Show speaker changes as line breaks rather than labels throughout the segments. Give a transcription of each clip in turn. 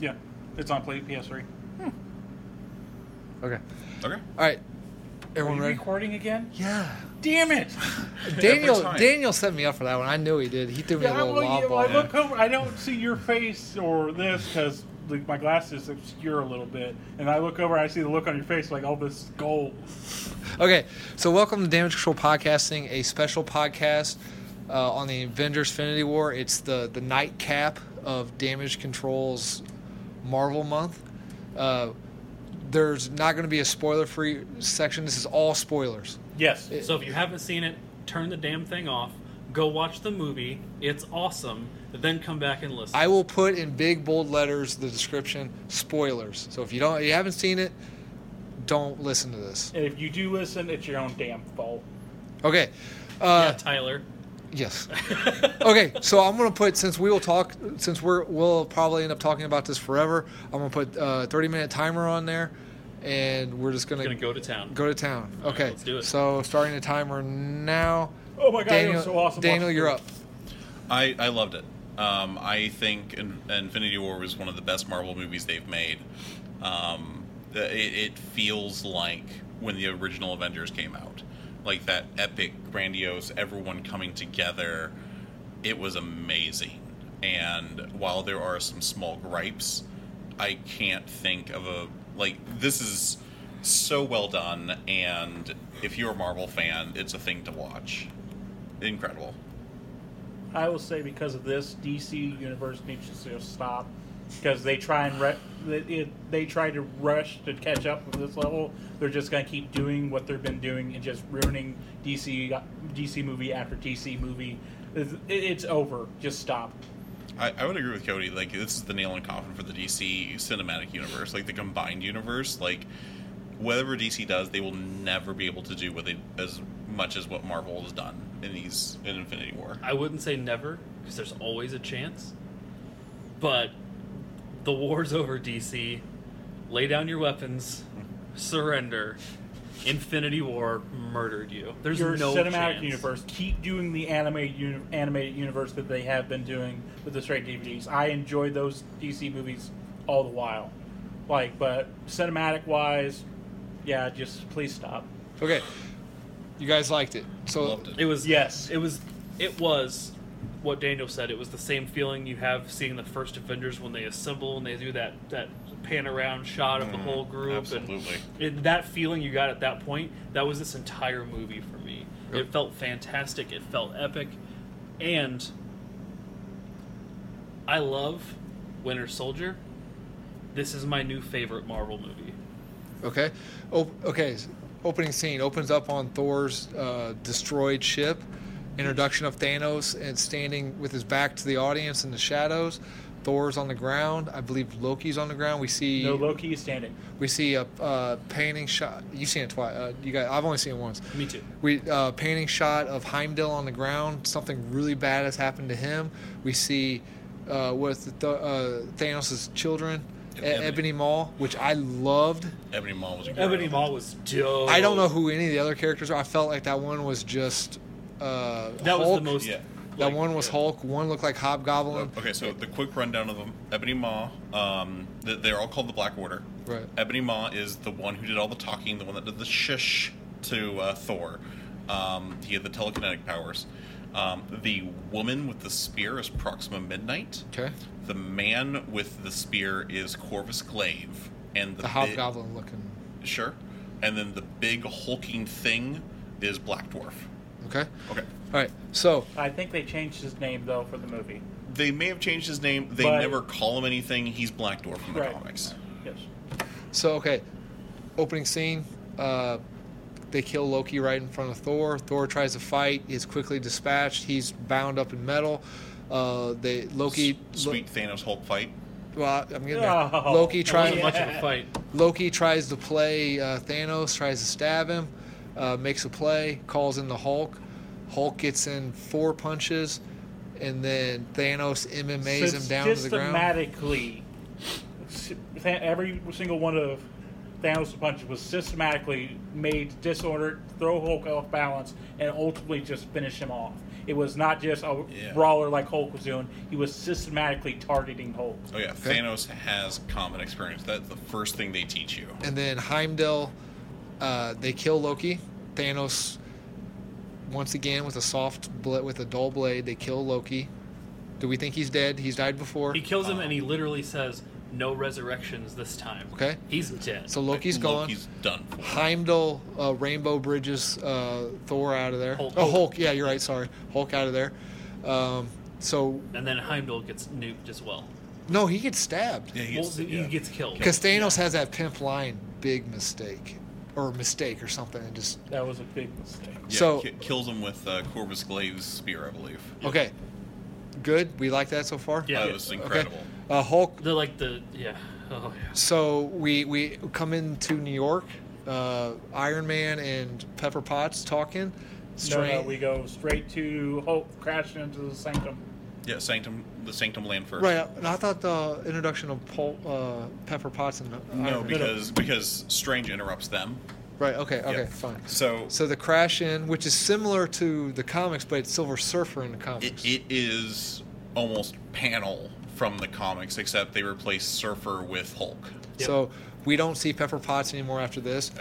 Yeah, it's on play PS3.
Okay.
Okay.
All
Are
right. Everyone
you
ready?
recording again?
Yeah.
Damn it!
Daniel
time.
Daniel set me up for that one. I knew he did. He threw me
Yeah,
a little
well, yeah,
lob
well, I
ball.
look over. I don't see your face or this because my glasses obscure a little bit, and I look over. I see the look on your face, like all this gold.
Okay, so welcome to Damage Control Podcasting, a special podcast uh, on the Avengers: Infinity War. It's the the nightcap of Damage Control's Marvel month. Uh, there's not going to be a spoiler-free section. This is all spoilers.
Yes,
So if you haven't seen it, turn the damn thing off. Go watch the movie. It's awesome. Then come back and listen.
I will put in big bold letters the description spoilers. So if you don't, you haven't seen it, don't listen to this.
and if you do listen, it's your own damn fault.
Okay.
yeah,
Uh,
Tyler.
Yes. okay, so I'm gonna put since we will talk since we're we'll probably end up talking about this forever. I'm gonna put uh, 30 minute timer on there, and we're just gonna,
Gonna go to town.
go to town.
right,
okay,
let's do it.
So starting the timer now.
Oh my god, it
Daniel,
was so awesome.
Daniel, you're up.
I, I loved it. Um, I think In- Infinity War was one of the best Marvel movies they've made. Um, it, it feels like when the original Avengers came out, like that epic, grandiose, everyone coming together. It was amazing. And while there are some small gripes, I can't think of a like this is so well done. And if you're a Marvel fan, it's a thing to watch. Incredible.
I will say because of this, DC Universe needs to just stop because they try and re- they- it, they try to rush to catch up with this level. They're just gonna keep doing what they've been doing and just ruining DC DC movie after DC movie. It's, it- it's over. Just stop.
I, I would agree with Cody. Like this is the nail in the coffin for the DC cinematic universe, like the combined universe. Like whatever DC does, they will never be able to do what they as much as what Marvel has done in these in Infinity War.
I wouldn't say never because there's always a chance, but the war's over. DC, lay down your weapons, surrender. Infinity War murdered you. There's
Your
no
cinematic
chance.
universe. Keep doing the animated uni- animated universe that they have been doing with the straight DVDs. I enjoy those DC movies all the while. Like, but cinematic wise, yeah, just please stop.
Okay, you guys liked it. So
Loved it.
It was
Yes.
It was it was what Daniel said. It was the same feeling you have seeing the first Avengers when they assemble and they do that that pan around shot of the whole group.
absolutely.
And it, that feeling you got at that point, that was this entire movie for me. It felt fantastic. It felt epic, and I love Winter Soldier. This is my new favorite Marvel movie.
Okay. Op- okay. s- Opening scene opens up on Thor's uh, destroyed ship. Introduction of Thanos and standing with his back to the audience in the shadows. Thor's on the ground. I believe Loki's on the ground. We see
No Loki is standing.
we see a uh, painting shot. You've seen it twice. Uh, you guys, I've only seen it once.
Me too.
We uh, painting shot of Heimdall on the ground. Something really bad has happened to him. We see uh, with the, uh, Thanos' children, E-
Ebony.
Ebony Maw, which I loved.
Ebony Maw was incredible.
Ebony Maw was dope.
I don't know who any of the other characters are. I felt like that one was just uh,
That was the
Hulk.
most.
Yeah.
That
like,
one was Hulk. One looked like Hobgoblin.
Okay, so the quick rundown of them: Ebony Maw, um, th- they're all called the Black Order.
Right.
Ebony Maw is the one who did all the talking, the one that did the shush to uh, Thor. Um, he had the telekinetic powers. Um, the woman with the spear is Proxima Midnight.
Okay.
The man with the spear is Corvus Glaive, and the, bi-
The Hobgoblin looking.
sure, and then the big hulking thing is Black Dwarf.
Okay.
Okay,
All right. So
I think they changed his name though for the movie.
they may have changed his name. They
But-
never call him anything. He's Black Dwarf in the
Right.
comics.
Yes.
So okay, opening scene. Uh, they kill Loki right in front of Thor. Thor tries to fight. Is quickly dispatched. He's bound up in metal. Uh, they Loki.
Sweet Thanos Hulk fight.
Lo- well, I'm getting there.
Oh,
Loki
that
tries.
Wasn't much of a fight.
Loki tries to play uh, Thanos. Tries to stab him. Uh, makes a play. Calls in the Hulk. Hulk gets in four punches, and then Thanos MMA's him down to the ground.
Systematically, s- th- every single one of Thanos' punch was systematically made to disorder, throw Hulk off balance, and ultimately just finish him off. It was not just a
Yeah.
brawler like Hulk was doing. He was systematically targeting Hulk.
Oh yeah,
Okay.
Thanos has combat experience. That's the first thing they teach you.
And then Heimdall, uh, they kill Loki. Thanos, once again with a soft bl- with a dull blade, they kill Loki. Do we think he's dead? He's died before.
He kills him and he literally says, "No resurrections this time."
Okay.
He's dead.
So Loki's gone.
Loki's done. For.
Heimdall, uh, Rainbow Bridges, uh, Thor out of there.
Hulk.
Oh, Hulk. Yeah, you're right. Sorry, Hulk out of there. Um, so
and then Heimdall gets nuked as well.
no, he gets stabbed.
Yeah, he
Well,
gets,
He
yeah.
gets killed.
Because Thanos has that pimp line, big mistake, or mistake or something, and just
That was a big mistake.
Yeah,
so-
ki- kills him with uh, Corvus Glaive's spear, I believe.
okay, good. We like that so far.
Yeah.
that was incredible.
Okay. Uh, Hulk.
They're like the yeah. Oh yeah.
So we we come into New York. Uh, Iron Man and Pepper Potts talking. Strange.
No, no, we go straight to Hulk crashing into the Sanctum.
Yeah, Sanctum, the Sanctum land first.
right. uh, And I thought the introduction of Pol, uh, Pepper Potts and
No,
Iron Man.
because because Strange interrupts them.
Right. Okay. Okay.
Yeah.
Fine.
So,
So the crash in, which is similar to the comics, but it's Silver Surfer in the comics.
it, it is almost panel from the comics, except they replace Surfer with Hulk.
Yep.
So we don't see Pepper Potts anymore after this.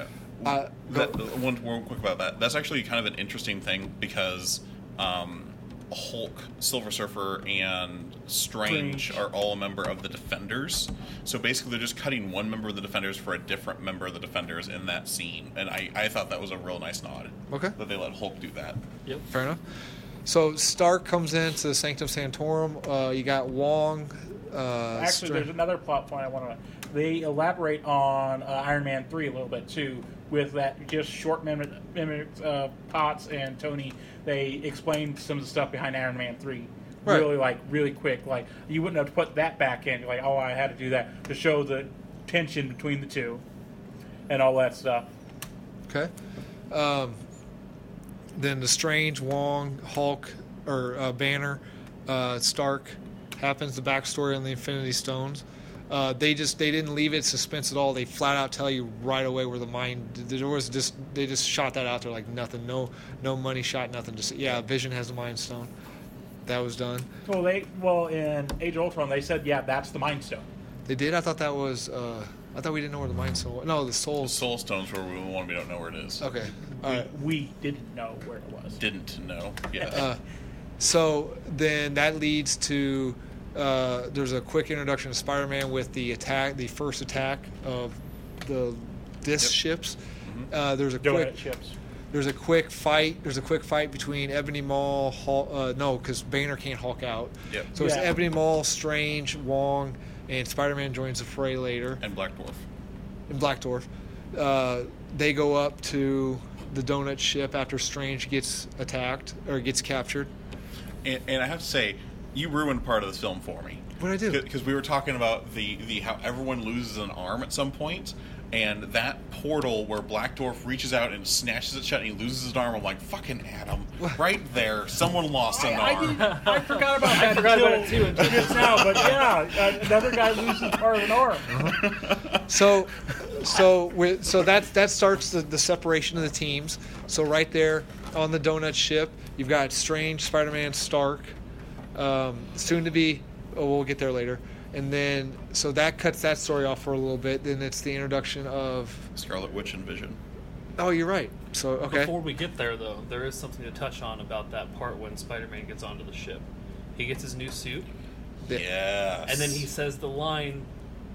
Uh,
That, one, one quick about that. That's actually kind of an interesting thing because um, Hulk, Silver Surfer, and Strange
Strange.
are all a member of the Defenders. So basically, they're just cutting one member of the Defenders for a different member of the Defenders in that scene. And I, I thought that was a real nice nod.
Okay.
That they let Hulk do that.
Yep.
Fair enough. So Stark comes into the Sanctum Sanctorum. Uh, you got Wong. Uh,
Actually,
Str-
there's another plot point I want to. They elaborate on uh, Iron Man three a little bit too, with that just short minute, minutes uh, Potts and Tony. They explained some of the stuff behind Iron Man three.
Right.
Really, like really quick. Like you wouldn't have put that back in. You're like, oh, I had to do that to show the tension between the two, and all that stuff.
Okay. Um, then the Strange, Wong, Hulk, or uh, Banner, uh, Stark happens. The backstory on the Infinity Stones. Uh, they just they didn't leave it suspense at all. They flat out tell you right away where the mine. There was just they just shot that out there like nothing. No no money shot nothing. Just yeah, Vision has the Mind Stone. That was done.
Well, they well in Age of Ultron they said, yeah, that's the Mind Stone.
They did. I thought that was. Uh, I thought we didn't know where the Mind Stone. Was. No, the
The
Souls.
Soul Stones were the one we don't know where it is.
Okay. All right.
We didn't know where it was.
Didn't know. Yeah.
Uh. So then that leads to uh, there's a quick introduction of Spider-Man with the attack, the first attack of the disc ships. Uh, there's a
Donut
quick
chips.
there's a quick fight. There's a quick fight between Ebony Maw. Hulk, uh, no, because Banner can't Hulk out.
Yep.
So it's
Yeah.
Ebony Maw, Strange, Wong, and Spider-Man joins the fray later
and Black Dwarf.
in Black Dwarf. Uh, they go up to the donut ship after Strange gets attacked or gets captured.
And, and I have to say, you ruined part of this film for me.
What'd I do?
Because we were talking about the, the how everyone loses an arm at some point, and that portal where Black Dwarf reaches out and snatches it shut, and he loses an arm. I'm like, fucking Adam, right there, someone lost an
I, I,
arm.
didn't- I forgot about that.
forgot about
until
it, too, until
just now, but yeah, another guy loses part of an arm.
Uh-huh. So, so with so that that starts the, the separation of the teams. So right there on the donut ship, you've got Strange, Spider-Man, Stark, um, soon to be. Oh, we'll get there later. And then so that cuts that story off for a little bit. Then it's the introduction of.
Scarlet Witch and Vision.
Oh, you're right. So okay.
Before we get there, though, there is something to touch on about that part when Spider-Man gets onto the ship. He gets his new suit,
Yeah.
Yes.
and then he says the line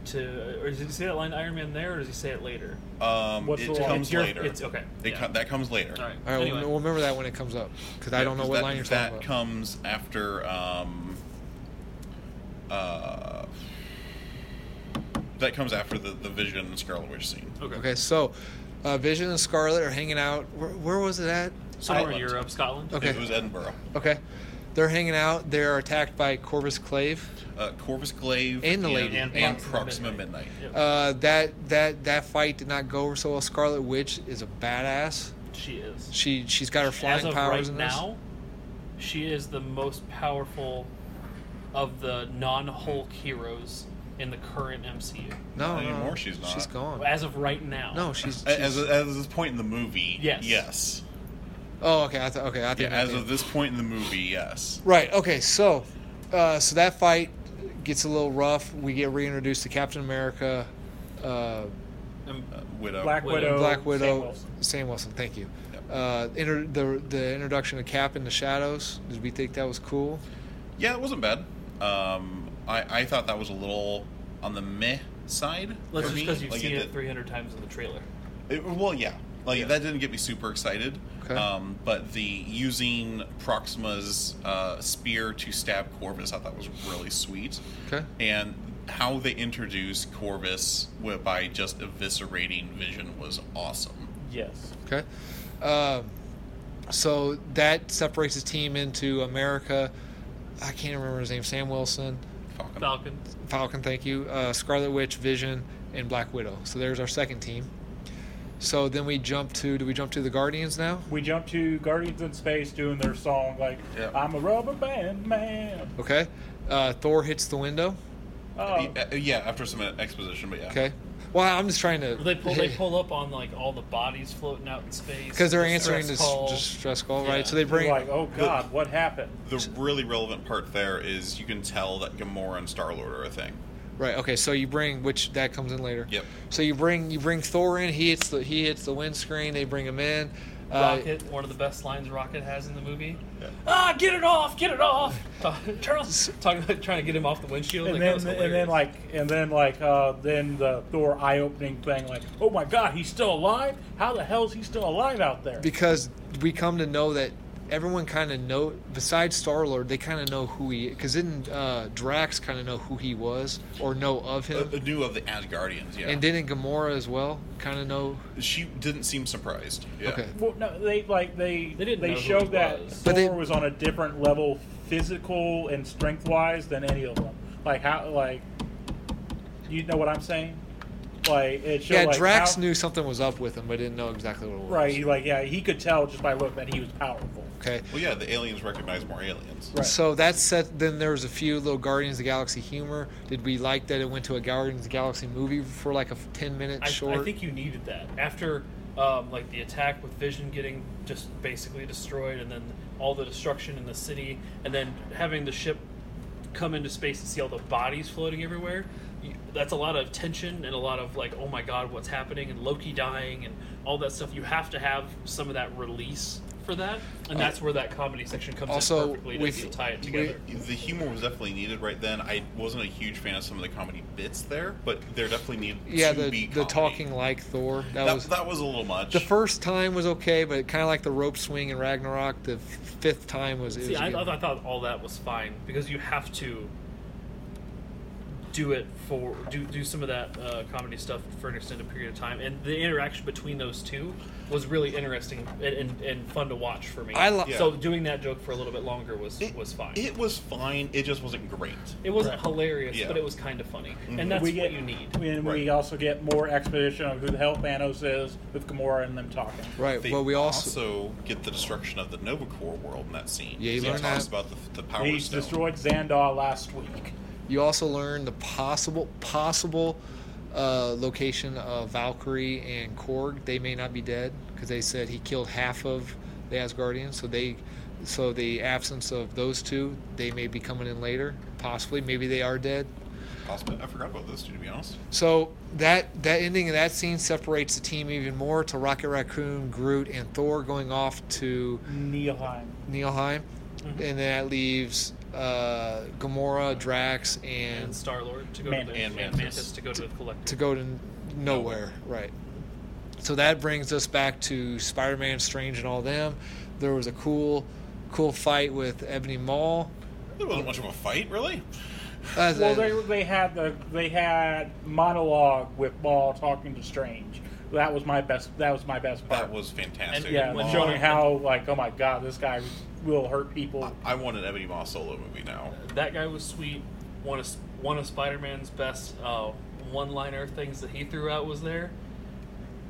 to, or does he say that line to Iron Man there, or does he say it later?
um,
What's
it
the law?
comes
It's
your-
later.
it's- okay,
It
yeah.
co- that comes later.
All right.
All right,
anyway,
we'll, we'll remember that when it comes up because I don't know
Because
what
that,
line you're
that
talking about.
comes after. Um, uh, that comes after the, the Vision and Scarlet Witch scene.
okay, so uh, Vision and Scarlet are hanging out. Where, where was it at?
somewhere
Scotland.
in Europe, Scotland.
Okay.
It was Edinburgh.
Okay. They're hanging out. They're attacked by Corvus Clave.
Uh, Corvus Glaive
And the lady.
and,
And
Proxima
Proxima
Midnight.
Yep.
Uh, that that that fight did not go over so well. Scarlet Witch is a badass.
she is.
She she's got her flying
As of
powers
right
in this.
now, she is the most powerful of the non-Hulk heroes in the current MCU.
No,
Not
no,
anymore, she's not.
She's gone.
As of right now.
No, she's. she's
As, as of this point in the movie,
Yes.
yes.
oh, okay. I th- okay, I
Yeah,
think. I
as
think-
of this point in the movie, yes.
Right. Okay. So, uh, so that fight gets a little rough. We get reintroduced to Captain America, uh,
Um,
Uh, Widow.
Black
Widow.
Widow.
Black
Sam
Widow,
Wilson.
Sam Wilson. thank you.
Yep.
Uh, inter- the the introduction of Cap in the shadows. Did we think that was cool?
Yeah, it wasn't bad. Um, I, I thought that was a little on the meh side.
Let's
for
just
me.
because you've
Like,
seen it
did-
300 times in the trailer.
It- well, yeah. Like that didn't get me super excited.
Okay.
Um, but the using Proxima's uh, spear to stab Corvus, I thought was really sweet.
Okay.
And how they introduced Corvus wi- by just eviscerating Vision was awesome.
Yes.
Okay. Um, so that separates his team into America. I can't remember his name. Sam Wilson,
Falcon.
Falcon.
Falcon, thank you. Uh, Scarlet Witch, Vision, and Black Widow. So there's our second team. So then we jump to. Do we jump to the Guardians now?
We jump to Guardians in Space doing their song like
Yep.
I'm a rubber band man.
Okay. Uh, Thor hits the window.
Oh,
Uh, Yeah, after some exposition, but yeah.
Okay. Well, I'm just trying to.
They pull they pull up on like all the bodies floating out in space
because they're
the
answering
stress
this
call.
distress call,
Yeah.
right? So they bring.
like, oh god, what happened?
The really relevant part there is you can tell that Gamora and Star Lord are a thing.
Right. Okay. So you bring which that comes in later.
Yep.
So you bring you bring Thor in. He hits the he hits the windscreen. They bring him in. Uh,
Rocket, one of the best lines Rocket has in the movie.
Yeah.
Ah, get it off, get it off. Charles talking about trying to get him off the windshield.
And
like,
then,
Oh, that was
and then,
hilarious.
like, and then, like, uh, then the Thor eye-opening thing, like, oh my God, he's still alive! How the hell is he still alive out there?
because we come to know that everyone kind of know besides Star Lord, they kind of know who he. Because didn't uh, Drax kind of know who he was or know of
Uh,
him?
knew of the Asgardians, yeah.
And didn't Gamora as well kind of know?
she didn't seem surprised. Yeah.
Okay.
Well, no, they like they
They didn't know who
showed
he
that
was.
Thor
But they-
was on a different level, physical and strength-wise, than any of them. Like how, like, you know what I'm saying? Like it showed.
Yeah,
like,
Drax
how-
knew something was up with him, but didn't know exactly what it was.
Right, like yeah, he could tell just by look that he was powerful.
Okay.
Well, yeah, the aliens recognize more aliens.
Right.
So that set. Then there was a few little Guardians of the Galaxy humor. Did we like that it went to a Guardians of the Galaxy movie for like a f- ten minute
I,
short?
I think you needed that after um, like the attack with Vision getting just basically destroyed, and then all the destruction in the city, and then having the ship come into space and see all the bodies floating everywhere. You, that's a lot of tension and a lot of like, oh my god, what's happening? And Loki dying and all that stuff. You have to have some of that release for that, and that's where that comedy section comes
Uh, Also,
in perfectly
we've-
to tie it
we-
together.
The humor was definitely needed right then. I wasn't a huge fan of some of the comedy bits there, but there definitely needed
yeah,
to
the,
be
the
comedy.
talking like Thor. That,
That,
was
that was a little much.
the first time was okay, but kind of like the rope swing in Ragnarok. The f- fifth time was. It
See,
was a
I,
good one.
I thought all that was fine because you have to do it for do do some of that uh, comedy stuff for an extended period of time, and the interaction between those two was really interesting and, and, and fun to watch for me.
I lo-
so
Yeah.
doing that joke for a little bit longer was
it
was fine. It,
It was fine. It just wasn't great.
wasn't
Right.
hilarious,
Yeah.
but it was kind of funny, and that's
we
what
get
you need.
and we
Right.
also get more exposition of who the hell Thanos is with Gamora and them talking.
right.
They
well, we also,
also get the destruction of the Nova Corps world in that scene.
Yeah, you
he
learn
talks
that.
about the, the power
He's
stone.
destroyed Xandar last week.
you also learned the possible possible uh, location of Valkyrie and Korg. They may not be dead because they said he killed half of the Asgardians. So they, so the absence of those two, they may be coming in later. Possibly, maybe they are dead.
Possibly- I forgot about those two, to be honest.
So that that ending of that scene separates the team even more to Rocket Raccoon, Groot, and Thor going off to
Nihilheim.
Niflheim, and then that leaves uh, Gamora, Drax,
And
and
Star Lord to go
Man-
to the
and
and
Mantis.
Mantis to go to the collective.
to go to n- nowhere, right? So that brings us back to Spider-Man, Strange, and all them. There was a cool, cool fight with Ebony Maw.
It wasn't much of a fight, really.
Uh,
Well, they they had the they had monologue with Ball talking to Strange. That was my best. That was my best part.
That was fantastic.
And-
yeah,
when
Maw-
showing how like oh my god, this guy will hurt people.
I want an Ebony Maw solo movie now.
That guy was sweet. One of one of Spider-Man's best uh, one-liner things that he threw out was there.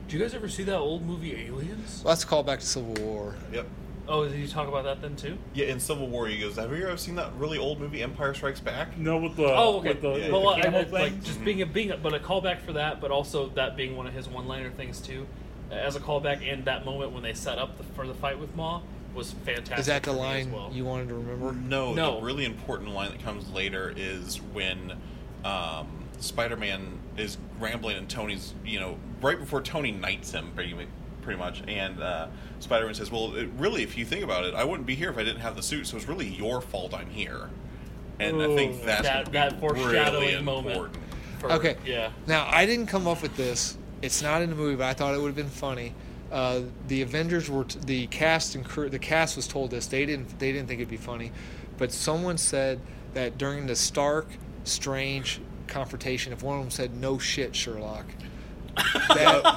Do you guys ever see that old movie Aliens?
let's call back to Civil War.
Yep.
Oh, did you talk about that then too?
Yeah, in Civil War, he goes, "Have you ever seen that really old movie, Empire Strikes Back?"
No, with
Uh,
the
Oh, okay.
with the,
Yeah.
with
well,
the
I-
camel
I- like
thing.
Mm-hmm.
just being a being, a, but a callback for that, but also that being one of his one-liner things too, as a callback. And that moment when they set up the, for the fight with Maw was fantastic.
Is that the
for me as
line
well.
you wanted to remember?
No,
No.
the really important line that comes later is when um, Spider-Man is rambling and Tony's, you know, right before Tony knights him, pretty, mu- pretty much, and uh, Spider-Man says, "Well, it, really, if you think about it, I wouldn't be here if I didn't have the suit. So it's really your fault I'm here." And I think
Ooh.
that's
That-
gonna be
that foreshadowing
really
moment.
important.
For-
Okay.
Yeah.
Now, I didn't come up with this. It's not in the movie, but I thought it would have been funny. Uh, the Avengers were t- the cast and crew. The cast was told this. They didn't. They didn't think it'd be funny, but someone said that during the Stark Strange confrontation, if one of them said "No shit, Sherlock," that would've-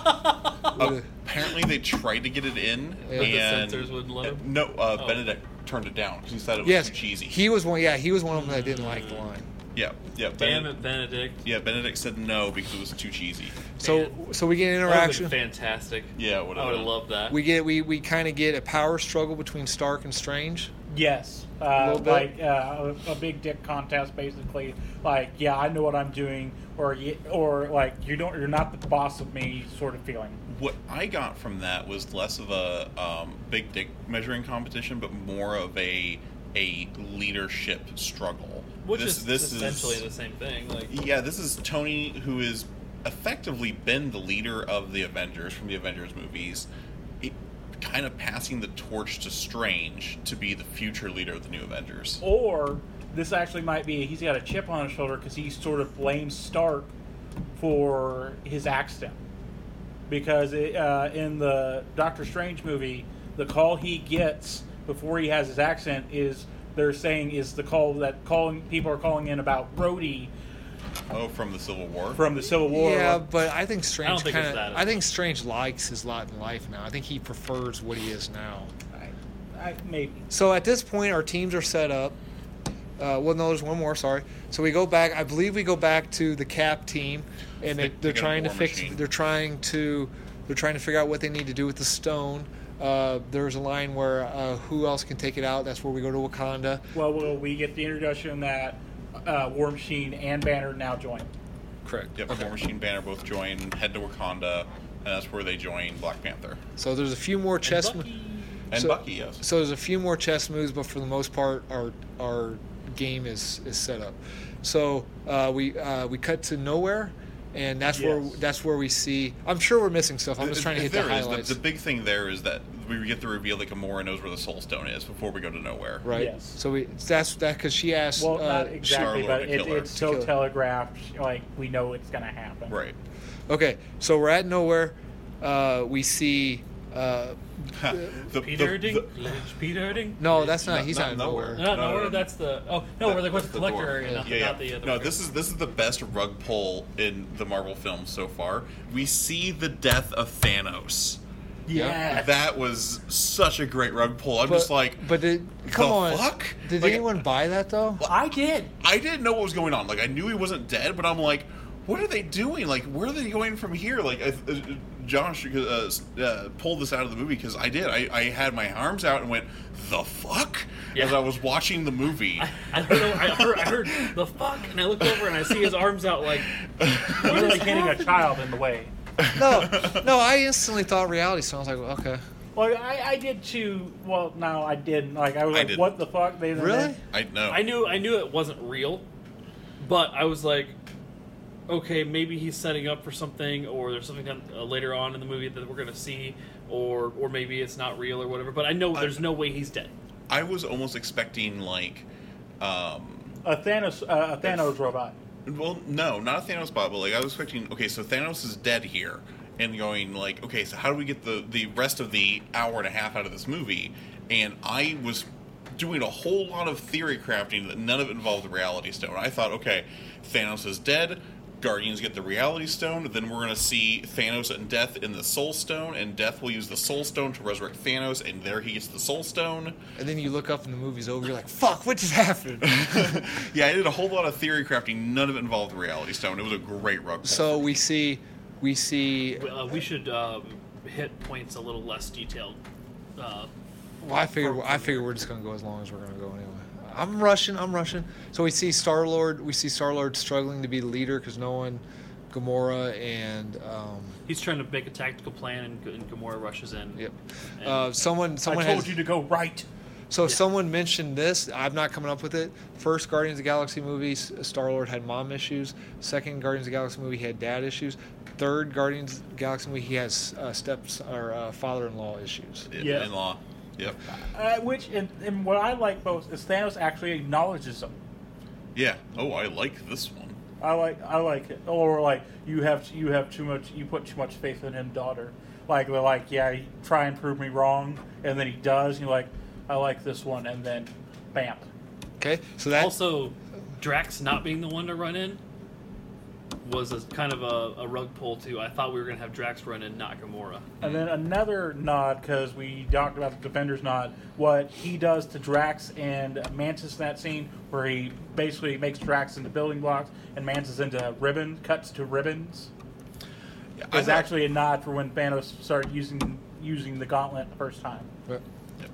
Uh, Apparently, they tried to get it in,
Yeah. But
the
and
censors wouldn't let him?
No, uh,
Oh.
Benedict turned it down because he said it was
yes,
too cheesy.
he was one. Yeah, he was one of them that didn't like the line.
yeah, yeah,
Damn
Benedict-
it, Benedict.
Yeah, Benedict said no because it was too cheesy.
So,
Man.
so we get an
That would've been
interaction.
fantastic.
Yeah, it
I would
would've
have
been.
loved that.
We get we we kind of get a power struggle between Stark and Strange.
Yes,
little
uh,
bit?
like uh, a, a big dick contest, basically. Like, yeah, I know what I'm doing, or y- or like you don't, you're not the boss of me, sort of feeling.
What I got from that was less of a um, big dick measuring competition, but more of a a leadership struggle.
Which is essentially the same thing. Like,
yeah, this is Tony who has effectively been the leader of the Avengers from the Avengers movies, it, kind of passing the torch to Strange to be the future leader of the new Avengers.
Or this actually might be he's got a chip on his shoulder because he sort of blames Stark for his accident. Because it, uh, in the Doctor Strange movie, the call he gets before he has his accident is they're saying is the call that calling people are calling in about Rhodey
Oh, from the Civil War.
from the Civil War.
Yeah, but I think Strange
think
kind
it's
of.
that.
I think Strange likes his lot in life now. I think he prefers what he is now.
I, I, maybe.
So at this point, our teams are set up. Uh, well, no, there's one more. Sorry. So we go back. I believe we go back to the Cap team, and they,
They- they
they're
got a
trying to
war
fix.
machine.
They're trying to. They're trying to figure out what they need to do with the stone. Uh, there's a line where uh, who else can take it out? That's where we go to Wakanda.
Well, well, we get the introduction that uh, War Machine and Banner now join.
Correct.
Yep,
Okay.
War Machine Banner both join, head to Wakanda, and that's where they join Black Panther.
So there's a few more chess.
Bucky.
And
So-
Bucky, yes.
So there's a few more chess moves, but for the most part, our our game is is set up. So uh, we uh, we cut to nowhere, and that's where
Yes.
that's where we see. I'm sure we're missing stuff. I'm just trying to hit the
There is-
highlights,
The, big thing there is that we get the reveal that Gamora knows where the Soul Stone is before we go to nowhere.
right?
Yes.
So we that's that because she asked.
Well,
uh,
not
she-
exactly,
Star-Lord
but
to
it,
kill her.
it's so
To kill her.
telegraphed, like we know it's going to happen.
Right.
okay, so we're at nowhere. Uh, we see. Uh,
Ha, the-
Peter
the-
Dinklage.
the-
Peter Dinklage.
no, that's not.
Not-
he's not,
not
in
nowhere.
nowhere.
No,
No,
no,
no, no.
that's the. Oh no, we're like what's the
the door.
collector area,
Yeah.
not, the-
yeah, yeah.
not the other.
no, this is this is the best rug pull in the Marvel films so far. We see the death of Thanos.
Yeah.
Yeah.
That was such a great rug pull. I'm
But-
just like,
but did, come
the
on,
fuck?
did
Like-
anyone buy that though?
I did.
I didn't know what was going on. Like I knew he wasn't dead, but I'm like, what are they doing? Like where are they going from here? Like I, uh, Josh uh, uh, pulled this out of the movie because I did. I, I had my arms out and went, the fuck,
Yeah.
as I was watching the movie.
I, heard, I, heard, I heard the fuck, and I looked over and I see his arms out like.
We're
is
really getting a
happening?
child in the way.
No, no, I instantly thought reality. So I was like, well, okay,
Well, I, I did too. Well, no, I didn't. Like I was
I
like,
didn't.
what the fuck? They didn't-
really?
I know.
I knew I knew it wasn't real, but I was like, okay, maybe he's setting up for something, or there's something down, uh, later on in the movie that we're gonna see, or or maybe it's not real or whatever. But I know there's no way he's dead.
I was almost expecting like, um,
A Thanos, uh, a Thanos robot.
Well, no, not a Thanos bot, but like I was expecting. Okay, so Thanos is dead here, and going like, okay, so how do we get the the rest of the hour and a half out of this movie? And I was doing a whole lot of theory crafting that none of it involved the Reality Stone. I thought, okay, Thanos is dead. Guardians get the Reality Stone. Then we're gonna see Thanos and Death in the Soul Stone, and Death will use the Soul Stone to resurrect Thanos, and there he gets the Soul Stone.
And then you look up and the movie's over. You're like, fuck, what just happened?
yeah, I did a whole lot of theory crafting. None of it involved the Reality Stone. It was a great rug. pull.
so we see, we see.
Uh, we should um, hit points a little less detailed uh,
Well, I figure I figure we're just gonna go as long as we're gonna go anyway. I'm rushing. I'm rushing. So we see Star Lord. We see Star Lord struggling to be the leader because no one, Gamora and um,
He's trying to make a tactical plan, and, G- and Gamora rushes in.
yep, uh, someone someone
I told
has,
you to go right.
So if someone mentioned this, I'm not coming up with it. First Guardians of the Galaxy movie, Star Lord had mom issues. Second Guardians of the Galaxy movie, he had dad issues. Third Guardians of the Galaxy movie, he has uh, steps or uh, father-in-law issues.
Yeah.
in law. Yep.
Uh, which and, and what I like most is Thanos actually acknowledges him.
Yeah. Oh, I like this one.
I like I like it. Or like you have you have too much you put too much faith in him, daughter. Like they're like yeah, you try and prove me wrong, and then he does. And you're like I like this one, and then, bam.
Okay, so that
Also, Drax not being the one to run in was a kind of a, a rug pull too. I thought we were gonna have Drax run in, not Gamora.
And then another nod because we talked about the defenders nod. What he does to Drax and Mantis in that scene, where he basically makes Drax into building blocks and Mantis into ribbon cuts to ribbons,
Yeah, I
is
thought-
actually a nod for when Thanos started using using the gauntlet the first time.
uh,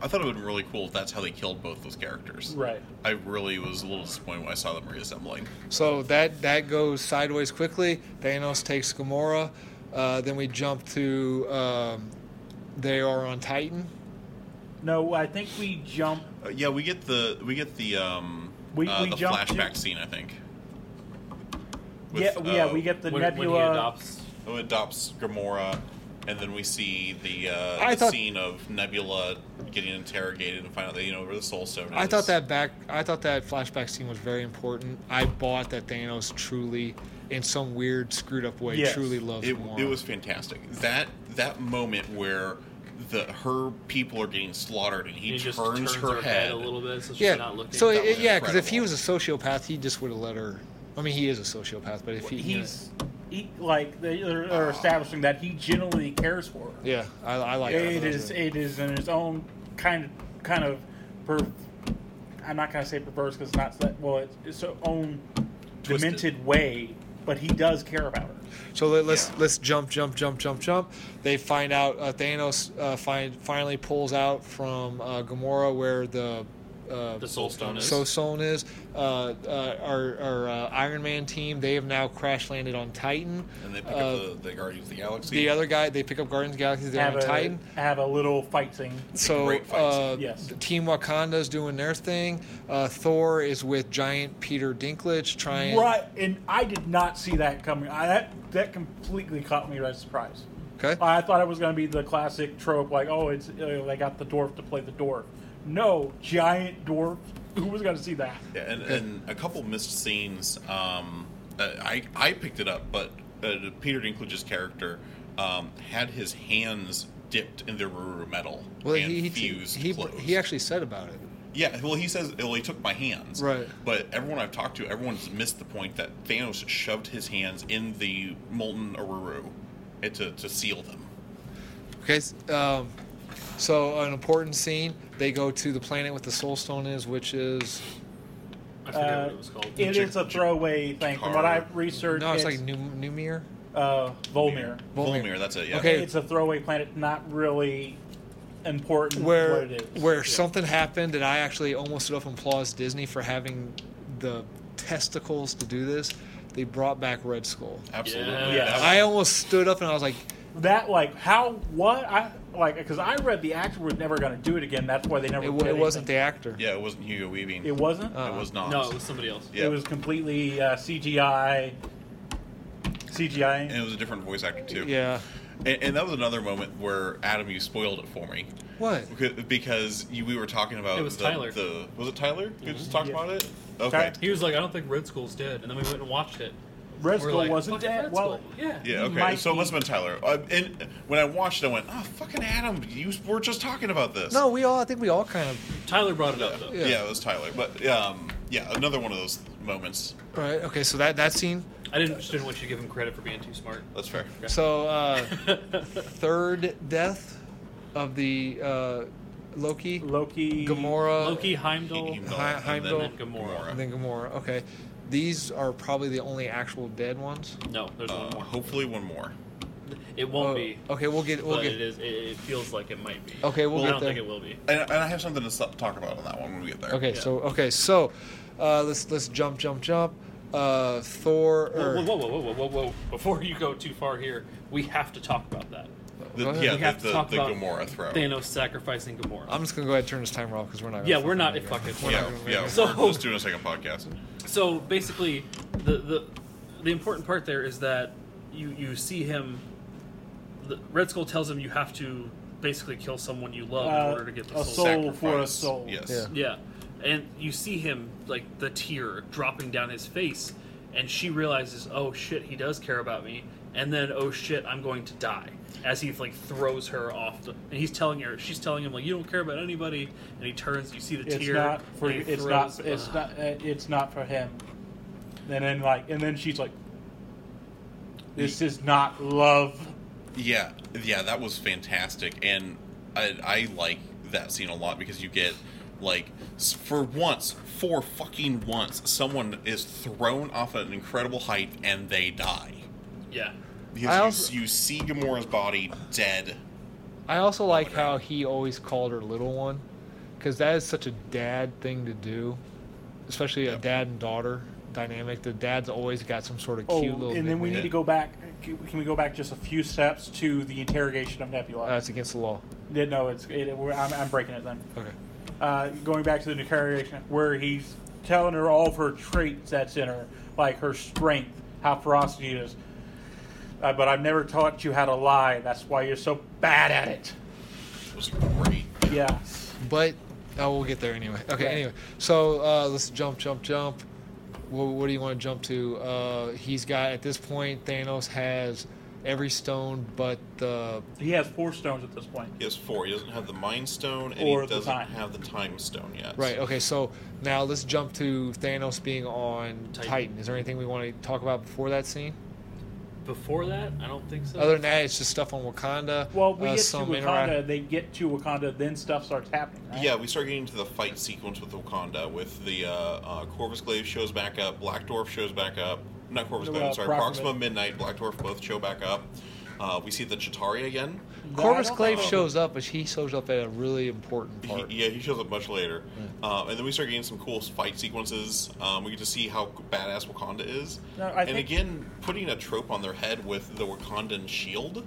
I thought it would be really cool if that's how they killed both those characters.
Right.
I really was a little disappointed when I saw them reassembling.
so that that goes sideways quickly. Thanos takes Gamora. Uh, then we jump to um, they are on Titan.
No, I think we jump.
Uh, yeah, we get the we get the um
We-
uh,
we
the
jump
flashback
to-
scene. I think.
yeah,
With,
yeah,
uh,
we get the
when, when
nebula.
he adopts,
who adopts Gamora, and then we see the, uh,
I
the
thought-
scene of Nebula getting interrogated and find out that you know where the Soul Stone is.
I thought that back. I thought that flashback scene was very important. I bought that Thanos truly, in some weird screwed up way,
Yes.
truly loves
it,
Gamora.
it was fantastic. That that moment where the her people are getting slaughtered and he,
and he
turns,
just turns
her, head.
a little bit, so she's
yeah.
not looking.
so
That
it,
was
yeah, because if he was
incredible.
a sociopath, he just would have let her. I mean, he is a sociopath, but if he,
He's he, like they- they're, they're establishing that he genuinely cares for her.
yeah, I, I like that.
It
That was
is
really-
it is in its own kind of kind of per, I'm not gonna say perverse because it's not that well it's its own
Twisted.
demented way, but he does care about her.
So let, let's
Yeah.
let's jump, jump, jump, jump, jump. They find out uh, Thanos uh, find, finally pulls out from uh, Gamora where the uh,
the Soul Stone is.
So Soul is uh, uh, our, our uh, Iron Man team. They have now crash landed on Titan.
and they pick
Uh,
up the, the Guardians of the Galaxy.
The other guy, they pick up Guardians of the Galaxy. They're
have
on
a
Titan.
have a little fight scene.
So
great fight scene.
uh,
Yes.
Team Wakanda's doing their thing. Uh, Thor is with giant Peter Dinklage trying.
Right, and I did not see that coming. I, that that completely caught me by surprise.
Okay.
I thought it was going to be the classic trope, like, oh, it's uh, they got the dwarf to play the dwarf. No, giant dwarf. Who was going to see that?
Yeah, and, and a couple missed scenes. Um, uh, I I picked it up, but uh, Peter Dinklage's character um, had his hands dipped in the Ruru metal
Well,
and
he he,
fused
he,
closed.
he actually said about it.
yeah, well, he says, well, he took my hands.
Right.
But everyone I've talked to, everyone's missed the point that Thanos shoved his hands in the molten Ururu uh, to, to seal them.
Okay, s- um, so an important scene. They go to the planet with the Soul Stone is, which is
I forget
Uh,
what it was called.
It
Chick-
is a throwaway thing. From what
Chikara.
I've researched,
no, it's
it's,
like New Numir.
uh, Volmir.
Volmir.
Volmir, that's it, yeah.
Okay.
It's a throwaway planet, not really important
where
what it is.
where something happened that I actually almost stood up and applauded Disney for having the testicles to do this. They brought back Red Skull.
Absolutely.
Yeah.
That was-
I almost stood up and I was like,
that like how what I like because I read the actor was never going to do it again. That's why they never.
it, w-
did
it wasn't the
anything.
actor.
yeah, it wasn't Hugo Weaving.
It wasn't.
Uh,
It was not.
no, it was somebody else.
yeah.
It was completely uh, CGI. CGI.
and it was a different voice actor, too.
Yeah.
And, and that was another moment where Adam, you spoiled it for me
What?
Because- because you, we were talking about
It was
the,
Tyler. Mm-hmm.
the- was it Tyler who just talked
Yeah.
about it? Okay,
Ty-
He was like, I don't think Red Skull's dead, and then we went and watched it.
Red
We're
Skull
like,
wasn't
"Fuck,
dead.
Red
Well,
Skull, yeah.
yeah, okay.
might
so it
be-
must have been Tyler. Uh, and when I watched, it, I went, "Oh, fucking Adam, you were just talking about this."
No, we all. I think we all kind of.
Tyler brought it up though.
yeah, it was Tyler. But um, yeah, another one of those moments.
Right. Okay. So that that scene.
I didn't just didn't want you to give him credit for being too smart.
That's fair.
So uh, third death of the uh, Loki,
Loki.
Gamora,
Loki, Heimdall,
Uh, He- he-
Hi-
and then
Heimdall.
Gamora.
and then Gamora. Okay. These are probably the only actual dead ones.
No, there's
Uh,
one more.
hopefully, one more.
It won't
Oh,
be.
Okay, we'll get we'll
but it
get.
is. It, it feels like it might be.
Okay, we'll
I
get
don't
there.
think it will be.
And, and I have something to stop, talk about on that one when we get there.
Okay,
yeah.
so okay, so uh, let's let's jump jump jump. Uh, Thor. Or,
Whoa, whoa, whoa, whoa, whoa, whoa, whoa! Before you go too far here, we have to talk about that.
The,
Go ahead.
yeah,
We have
the,
to
the,
talk
the
about
Gamora throw.
Thanos sacrificing Gamora.
I'm just gonna go ahead and turn this timer off because we're not. gonna
yeah,
fucking
we're not.
make it.
Fuck it. We're
yeah,
not gonna-
yeah.
So-
we're just doing a second podcast.
So basically, the the the important part there is that you you see him. The Red Skull tells him you have to basically kill someone you love in
Uh,
order to get the
a
soul.
soul. for a
Sacrifice.
soul.
Yes.
Yeah.
Yeah, and you see him like the tear dropping down his face, and she realizes, oh shit, he does care about me. And then, oh shit, I'm going to die. As he like throws her off, the, and he's telling her, she's telling him like, you don't care about anybody. And he turns, you see the
It's
tear.
not for.
and he
It's
throws-
not. It's
Ugh.
not. uh, It's not for him. And then like, and then she's like, "This is not love."
Yeah, yeah, that was fantastic, and I, I like that scene a lot because you get like s- for once, for fucking once, someone is thrown off an incredible height and they die.
Yeah,
Because
I
you
also-
s- you, see Gamora's body dead.
I also like how he always called her little one, because that is such a dad thing to do, especially a
Yep.
dad and daughter dynamic. The dad's always got some sort of
Oh,
cute little.
and then we
nickname.
need to go back. Can we go back just a few steps to the interrogation of Nebula?
Uh, it's against the law.
no, it's. It, we're, I'm, I'm breaking it then.
Okay.
uh, going back to the interrogation, where he's telling her all of her traits that's in her, like her strength, how ferocity it is. Uh, but I've never taught you how to lie. That's why you're so bad at it.
It was great.
Yeah.
But oh, we'll get there anyway. Okay.
Right.
Anyway, so uh, let's jump, jump, jump. What, what do you want to jump to? Uh, he's got at this point. Thanos has every stone but the
He has four stones at this point.
He has four. He doesn't have the Mind Stone, and
Or
he
the
doesn't
Time.
have the Time Stone yet.
Right. Okay. So now let's jump to Thanos being on Titan.
Titan.
Is there anything we want to talk about before that scene?
before that, I don't think so.
Other than that, it's just stuff on Wakanda.
Well, we
uh,
get to
some
Wakanda.
interac-
They get to Wakanda. Then stuff starts happening. Right?
Yeah, we start getting into the fight sequence with Wakanda, with the uh, uh, Corvus Glaive shows back up, Black Dwarf shows back up, not Corvus
No,
Glaive,
uh,
sorry,
Proxima.
Proxima Midnight, Black Dwarf both show back up. Uh, we see the Chitari again.
Corvus
I don't
Glaive
know.
shows up, but he shows up at a really important
He,
part. Hmm.
yeah, he shows up much later. Um, and then we start getting some cool fight sequences. Um, we get to see how badass Wakanda is.
No, I
and
think-
again, putting a trope on their head with the Wakandan shield.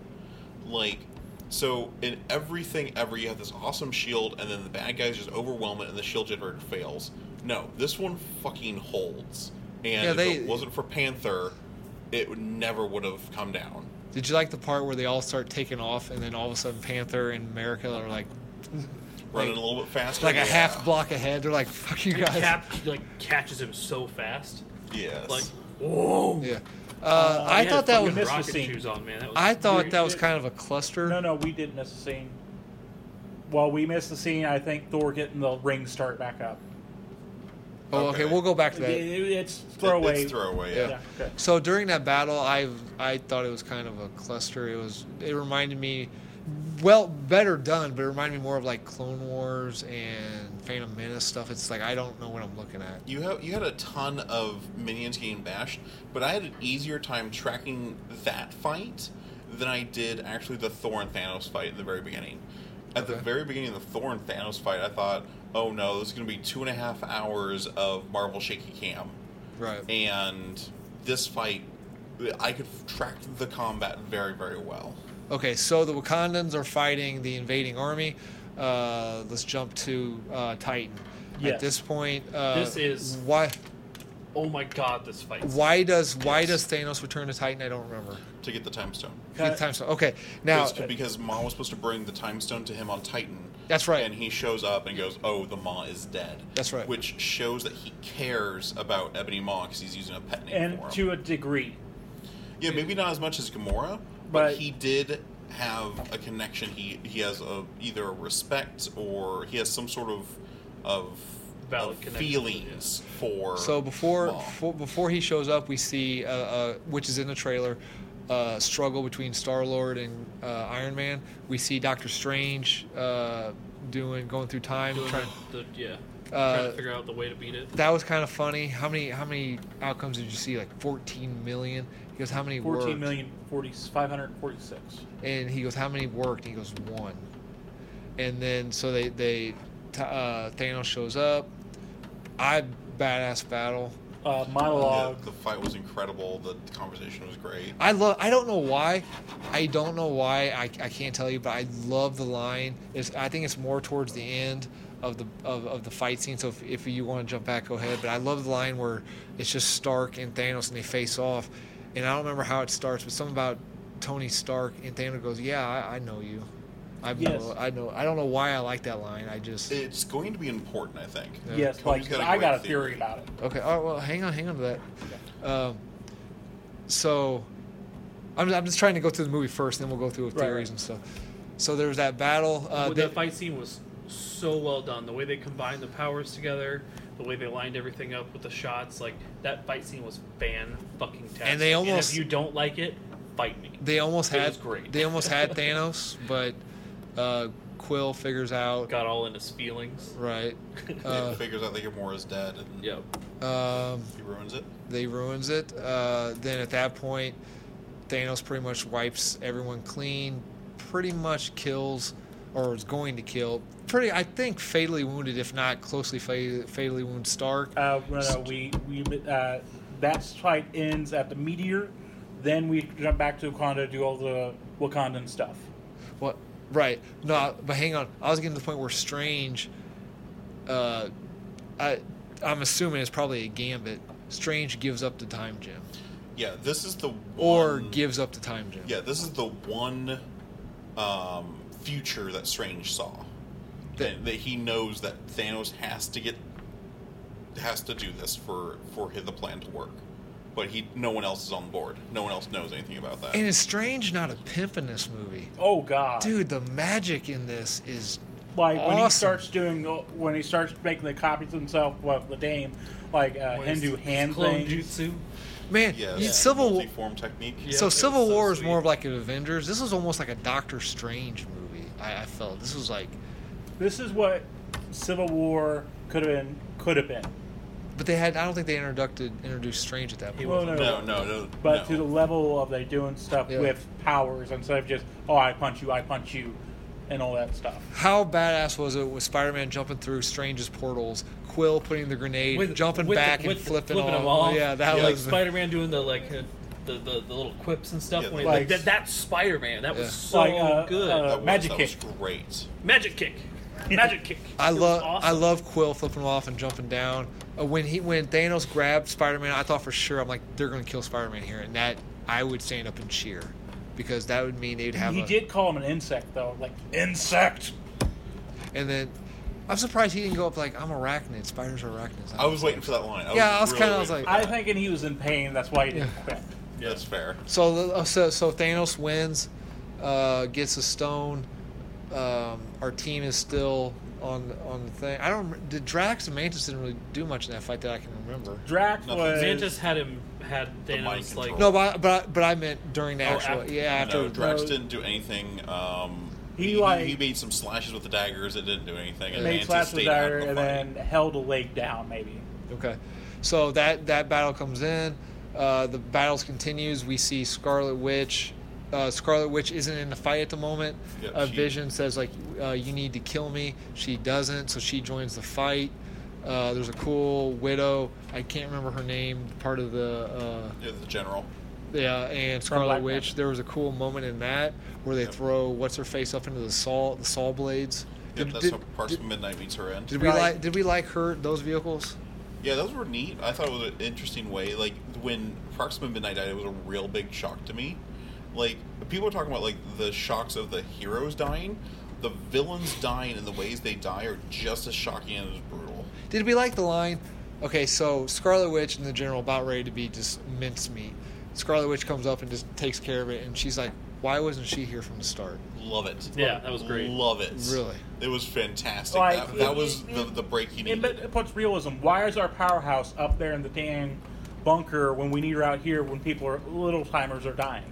Like, so in everything ever, you have this awesome shield, and then the bad guys just overwhelm it, and the shield generator fails. No, this one fucking holds. And
Yeah, they-
if it wasn't for Panther, it would never would have come down.
Did you like the part where they all start taking off, and then all of a sudden Panther and America are like
Running a little bit faster.
like a
yeah.
half block ahead? They're like, "Fuck you
And
guys!"
Cap like catches him so fast,
Yes.
like whoa.
Yeah. Uh, I
He had
thought that
oh, fucking
was.
missed the
rocket
scene.
shoes on, man. That was,
I thought
We-
that was
it-
kind of a cluster.
No, no, we didn't miss the scene. While we missed the scene, I think Thor getting the ring start back up.
Oh, okay.
Okay.
We'll go back to
It,
that.
it- it's throwaway.
It's throwaway.
Yeah.
Yeah.
Yeah. okay.
So during that battle, I I thought it was kind of a cluster. It was it reminded me, well, better done, but it reminded me more of like Clone Wars and Phantom Menace stuff. It's like I don't know what I'm looking at.
You have you had a ton of minions getting bashed, but I had an easier time tracking that fight than I did actually the Thor and Thanos fight in the very beginning. At the
Okay.
very beginning of the Thor and Thanos fight, I thought, "Oh no, this is going to be two and a half hours of Marvel shaky cam,"
Right.
and this fight, I could track the combat very very well.
Okay, so the Wakandans are fighting the invading army. Uh, let's jump to uh, Titan. At
Yes.
this point, uh,
This is-
why
oh my god, this fight.
why does why does Thanos return to Titan? I don't remember.
To get the time stone,
Uh,
Time stone. Okay, now
Because- because Ma was supposed to bring the time stone to him on Titan.
That's right.
And he shows up and goes, "Oh, the Ma is dead."
That's right.
Which shows that he cares about Ebony Maw because he's using a pet name
and
for him.
to a degree.
yeah, maybe not as much as Gamora, but,
But-
he did have a connection. He he has a either a respect or he has some sort of of,
Valid
of
connection,
feelings for.
So before
Maw.
before, before he shows up, we see uh, uh, which is in the trailer, uh, struggle between Star Lord and uh, Iron Man. We see Doctor Strange uh, doing going through time,
Doing
trying
the- yeah. trying
Uh,
to figure out the way to beat it.
that was kind of funny. How many how many outcomes did you see? Like 14 million. He goes, how many worked?
14 million 40, 546.
And he goes, how many worked? And he goes, one. And then so they they t- uh, Thanos shows up. I badass battle.
Uh,
Yeah,
monologue.
the fight was incredible. The conversation was great.
I love. I don't know why. I don't know why. I, I can't tell you, but I love the line. It's, I think it's more towards the end of the of, of the fight scene. So if, if you want to jump back, go ahead. But I love the line where it's just Stark and Thanos and they face off. And I don't remember how it starts, but something about Tony Stark and Thanos goes, "Yeah, I, I know you. I
Yes.
know. I know. I don't know why I like that line. I just
It's going to be important, I think.
Yeah.
Yes,
Cody's
like
got a
I
great
got a
theory.
theory about it.
Okay. Oh well, hang on, hang on to that. Um, so, I'm, I'm just trying to go through the movie first, and then we'll go through
right.
theories and stuff. So there was that battle. Uh,
Well,
they-
that fight scene was so well done. The way they combined the powers together, the way they lined everything up with the shots, like that fight scene was fan fucking tastic.
And they almost-
if you don't like it, fight me.
they almost
It
had
was great.
they almost had Thanos, but uh, Quill figures out
Got all in his feelings.
right.
It
Uh,
figures out that Gamora is dead and
Yep.
um,
he ruins it.
they ruins it. Uh, then at that point, Thanos pretty much wipes everyone clean, pretty much kills or is going to kill. Pretty, I think, fatally wounded, if not closely fa- fatally wound Stark.
Uh, no, no, we we uh, that fight ends at the meteor. Then we jump back to Wakanda to do all the Wakandan stuff.
What? Right. No, but hang on. I was getting to the point where Strange, uh, I, I'm assuming it's probably a gambit. Strange gives up the time gem,
Yeah, this is the one,
or gives up the time gem.
yeah, this is the one um, future that Strange saw.
That-
That, that he knows that Thanos has to get has to do this for for hi- the plan to work, but he no one else is on board. No one else knows anything about that.
And is Strange not a pimp in this movie?
Oh God,
Dude, the magic in this is
Like when he
awesome.
starts doing when he starts making the copies himself of the dame, like uh,
What is
Hindu
this,
hand thing.
clone jutsu.
man.
yeah,
you-
it's a
Civil War.
multi-form technique.
Yeah,
so
it was
Civil
so
War is
sweet.
more of like an Avengers. This was almost like a Doctor Strange movie. I, I felt this was like,
This is what Civil War could have been. Could have been,
but they had. I don't think they introduced introduced Strange at that point.
Well,
No, no, no.
but
no.
to the level of they doing stuff
Yeah.
with powers instead of just oh I punch you, I punch you, and all that stuff.
How badass was it with Spider-Man jumping through Strange's portals, Quill putting the grenade,
With-
jumping
with the-
back and
with the-
flipping,
flipping
off.
them off.
Yeah, that
Yeah.
like
was
Spider-Man doing the like uh, the, the the little quips and stuff.
Yeah,
when he,
like-
like that, that's Spider-Man. That
Yeah.
was so
Like, uh,
good.
uh,
That was-
Magic
that was great.
Magic kick. Magic kick.
I
It was
love I
awesome.
love Quill flipping him off and jumping down. Uh, when he when Thanos grabbed Spider-Man, I thought for sure I'm like they're gonna kill Spider-Man here, and that I would stand up and cheer because that would mean they'd have.
He
a,
did call him an insect though, like insect.
And then I'm surprised he didn't go up like I'm arachnid. Spiders are arachnids.
I was waiting for that line.
Yeah, I was kinda- I was
waiting for
I
that.
thinking he was in pain. That's why he didn't
Yeah.
quit.
that's fair.
So, uh, so so Thanos wins, uh, gets a stone. Um, our team is still on on the thing. I don't. rem- Did Drax and Mantis didn't really do much in that fight that I can remember.
Drac
Nothing.
was
Mantis had him had
mind
Thanos like
control.
No, but I, but I, but I meant during the
Oh,
actual.
after-
yeah, after
no, Drax
no.
didn't do anything. Um,
He,
he,
like-
he made some slashes with the daggers. It didn't do anything. And
made
Mantis
slash
stayed out of
desire
the
and
fight.
then held a leg down maybe.
Okay, so that that battle comes in. Uh, the battles continues. We see Scarlet Witch. Uh, Scarlet Witch isn't in the fight at the moment.
Yeah,
uh,
she-
Vision says like, uh, "You need to kill me." She doesn't, so she joins the fight. Uh, there's a cool widow. I can't remember her name. Part of the
Yeah, the general.
uh, yeah, and
Black
Scarlet
Panther.
Witch. There was a cool moment in that where they
Yep.
throw what's her face up into the saw the saw blades.
Yeah,
Did-
that's
did-
how Parks of Midnight meets her end.
Did we
Right.
like? Did we like her? Those vehicles?
Yeah, those were neat. I thought it was an interesting way. Like when Proxima Midnight died, it was a real big shock to me. Like people are talking about like the shocks of the heroes dying, the villains dying, and the ways they die are just as shocking and as brutal.
Did we like the line? Okay, so Scarlet Witch and the general about ready to be just mincemeat. Scarlet Witch comes up and just takes care of it, and she's like, "Why wasn't she here from the start?"
Love it.
Yeah, that was great.
Love it.
Really?
it was fantastic.
Like,
that, that
it-
was
it-
the, the break you
It,
needed.
but it puts realism. Why is our powerhouse up there in the dang bunker when we need her out here when people are little timers are dying?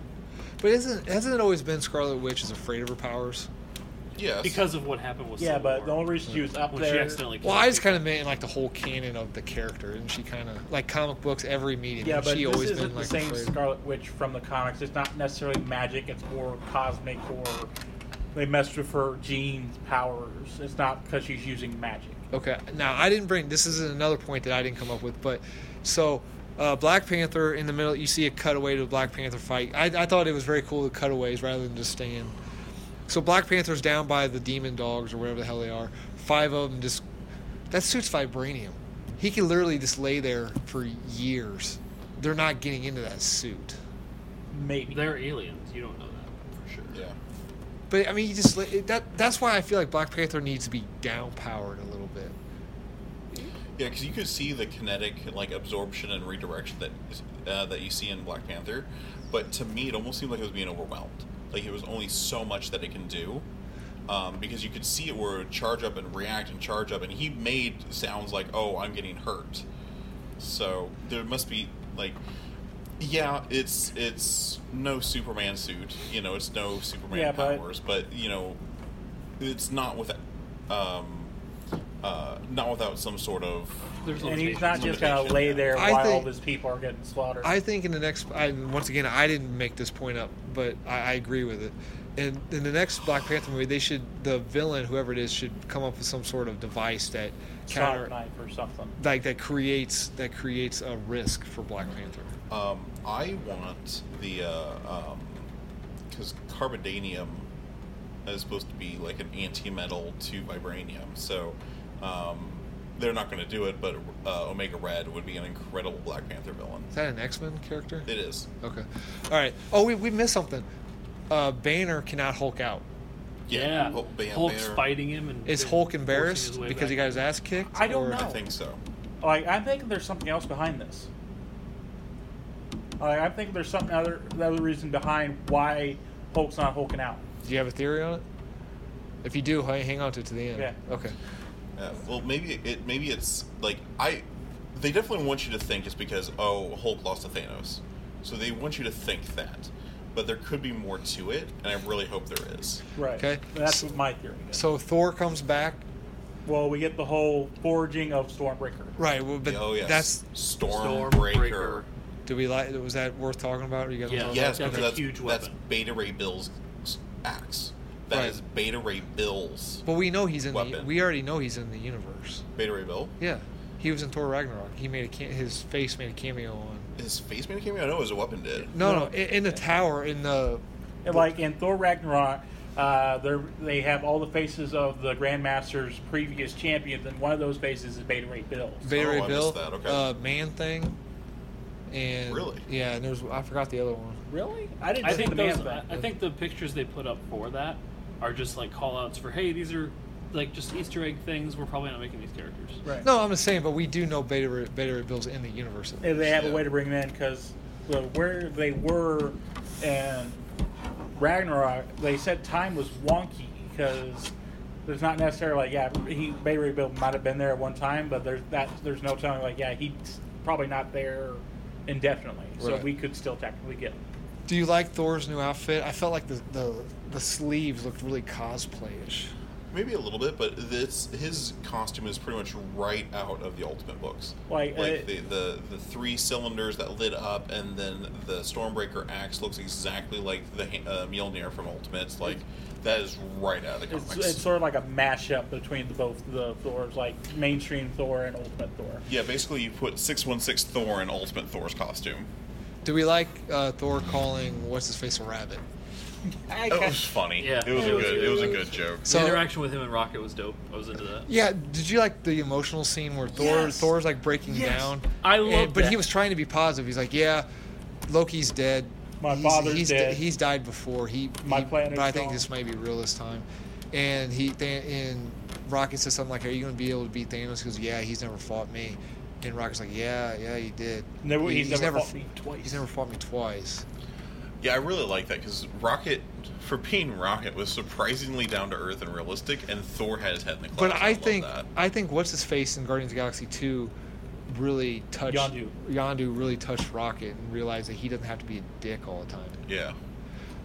But isn't hasn't it always been Scarlet Witch is afraid of her powers?
Yes.
because of what happened with
Yeah,
Civil
but the
War,
only reason she was up
when
there.
she accidentally
Well,
killed
I just
people.
kind of meant like the whole canon of the character, and she kind of like comic books every medium.
yeah,
and
but
she
this
always
isn't
been
the
like
same
afraid.
Scarlet Witch from the comics. It's not necessarily magic. It's more cosmic, or they messed with her genes, powers. It's not because she's using magic.
Okay. Now I didn't bring this is another point that I didn't come up with, but so uh, Black Panther in the middle you see a cutaway to the Black Panther fight. I, I thought it was very cool the cutaways rather than just staying. So Black Panther's down by the demon dogs or whatever the hell they are. Five of them just that suit's vibranium. He can literally just lay there for years. They're not getting into that suit.
Maybe.
they're aliens. You don't know that for sure.
Yeah.
But I mean, you just li- that that's why I feel like Black Panther needs to be down powered a little bit.
Yeah, because you can see the kinetic like absorption and redirection that is- uh, that you see in Black Panther, but to me, it almost seemed like it was being overwhelmed. Like it was only so much that it can do, um, because you could see it where it would charge up and react and charge up, and he made sounds like, "Oh, I'm getting hurt." So there must be like, yeah, it's it's no Superman suit, you know, it's no Superman
Yeah, but-
powers, but you know, it's not without, um, uh, not without some sort of
There's
and he's
limitations.
not just going to
Limitation,
lay
yeah.
there
I
while
think-
all these people are getting slaughtered.
I think in the next, I, once again, I didn't make this point up, but I, I agree with it. And in the next Black Panther movie, they should the villain, whoever it is, should come up with some sort of device that
Sonic
counter,
knife or something.
like that creates that creates a risk for Black Panther.
Um, I want the uh, um 'cause because carbidanium is supposed to be like an anti-metal to vibranium, so um, they're not going to do it. But uh, Omega Red would be an incredible Black Panther villain.
Is that an X Men character?
It is.
Okay, all right. Oh, we we missed something. Uh, Banner cannot Hulk out.
Yeah,
Hulk- Ban-
Hulk's
Banner-
fighting him, and
Is
and
Hulk
forcing his
embarrassed
way
because he got
back.
his ass kicked?
I don't
Or-
know.
I think so.
Like I'm thinking there's something else behind this. Like I'm thinking there's something other another reason behind why Hulk's not hulking out.
Do you have a theory on it? If you do, hang hang on to it to the end.
Yeah.
Okay.
Yeah, well, maybe it. Maybe it's like I. They definitely want you to think it's because oh Hulk lost to Thanos, so they want you to think that. But there could be more to it, and I really hope there is.
Right.
Okay.
That's what my theory is.
So Thor comes back.
Well, we get the whole forging of Stormbreaker.
Right. Well, but
oh yes,
that's
Stormbreaker.
Stormbreaker.
Do we like? Was that worth talking about? You guys
Yeah.
wanna-
Yes,
That's
because
a
that's,
huge
that's
weapon.
Beta Ray Bill's axe. That is
Right.
Beta Ray Bill's.
But we know he's in the.
Weapon.
We already know he's in the universe.
Beta Ray Bill.
Yeah. He was in Thor Ragnarok. He made a ca- his face made a cameo on.
His face made a cameo. I know his weapon did.
No, no, i in the tower in the.
And like in Thor Ragnarok, uh, they they have all the faces of the Grandmaster's previous champions, and one of those faces is Beta Ray Bill.
Beta
Oh,
Ray
I missed
Bill,
that, okay.
uh, man thing, and
Really?
yeah, and there's I forgot the other one.
Really? I didn't
I
see
think
the
those.
man
I,
thing.
I think the pictures they put up for that are just like call outs for hey, these are like just Easter egg things. We're probably not making these characters.
Right.
No, I'm just saying, but we do know Beta Ray, Beta Ray Bill's in the universe. at
if
least.
they have a
Yeah.
way to bring them in because where they were and Ragnarok, they said time was wonky because there's not necessarily like yeah, he Bay Ray Bill might have been there at one time, but there's that there's no telling like yeah, he's probably not there indefinitely, so
Right.
we could still technically get him.
Do you like Thor's new outfit? I felt like the the, the sleeves looked really cosplayish.
Maybe a little bit, but this his costume is pretty much right out of the Ultimate books.
Like, uh,
the, the the three cylinders that lit up, and then the Stormbreaker axe looks exactly like the ha- uh, Mjolnir from Ultimates. Like that is right out of the
It's,
comics.
it's sort of like a mashup between the, both the Thors, like mainstream Thor and Ultimate Thor.
yeah, basically you put six one six Thor in Ultimate Thor's costume.
Do we like uh, Thor calling what's his face a rabbit?
I
It
ca-
was funny.
Yeah.
it was a
It was
good.
good.
It was a good joke.
So-
the interaction with him and Rocket was dope. I was into that.
Yeah, did you like the emotional scene where Thor
Yes.
Thor's like breaking
Yes.
down?
I loved
but
that.
he was trying to be positive. He's like, yeah, Loki's dead.
My
he's,
father's
he's
dead.
He's died before. He
My
he-
planet's
But I think
gone."
this might be real this time. And he th- and Rocket says something like, "Are you going to be able to beat Thanos?" Because yeah, he's never fought me. And Rocket's like, "Yeah, yeah, he did.
Never-
He-
he's never fought
f-
me twice."
He's never fought me twice."
Yeah, I really like that because Rocket, for being Rocket, was surprisingly down to earth and realistic, and Thor had his head in the clouds.
But
and
I
love
think
that.
I think what's his face in Guardians of the Galaxy two really touched
Yondu.
Yondu really touched Rocket and realized that he doesn't have to be a dick all the time.
yeah,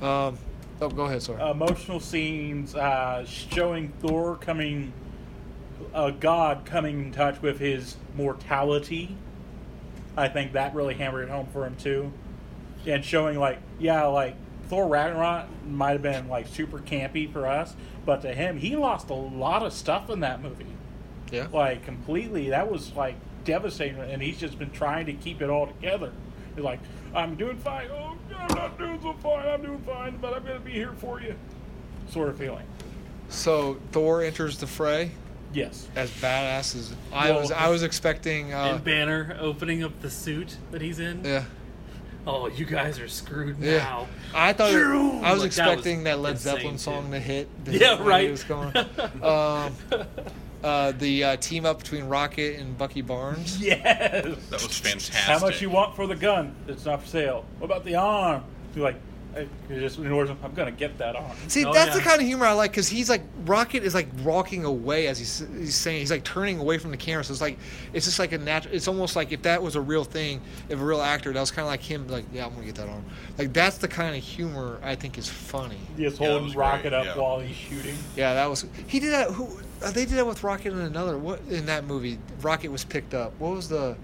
Um, Oh, go ahead,
Uh,
sorry.
emotional scenes uh, showing Thor coming, uh, God coming in touch with his mortality. I think that really hammered it home for him too, and showing like yeah, like Thor Ragnarok might have been like super campy for us, but to him, he lost a lot of stuff in that movie
yeah.
like completely. That was like devastating, and he's just been trying to keep it all together. He's like, I'm doing fine. Oh, I'm not doing so fine. I'm doing fine, but I'm gonna be here for you. Sort of feeling.
So Thor enters the fray
Yes.
as badass as I
Well-
was. I was expecting. Uh,
and Banner opening up the suit that he's in.
yeah.
Oh, you guys are screwed
Yeah.
now.
I thought
Phew!
I was
Like, that was
expecting that, Led
insane,
Zeppelin song
dude.
to hit. to
Yeah,
hit when
right.
It was going. um, uh, the uh, team up between Rocket and Bucky Barnes.
Yes.
That was fantastic.
How much you want for the gun? It's not for sale. What about the arm? You're like, I- you're just in order. I'm gonna get that arm.
See,
Oh,
that's
yeah.
the kind of humor I like because he's like Rocket is like walking away as he's, he's saying he's like turning away from the camera. So it's like it's just like a natural. It's almost like if that was a real thing, if a real actor, that was kind of like him. Like, yeah, I'm gonna get that on. Like that's the kind of humor I think is funny.
Just
Yeah, that
holding
was great,
rocket up
yeah.
while he's shooting.
Yeah, that was he did that. Who uh, they did that with Rocket in another what in that movie? Rocket was picked up. What was the?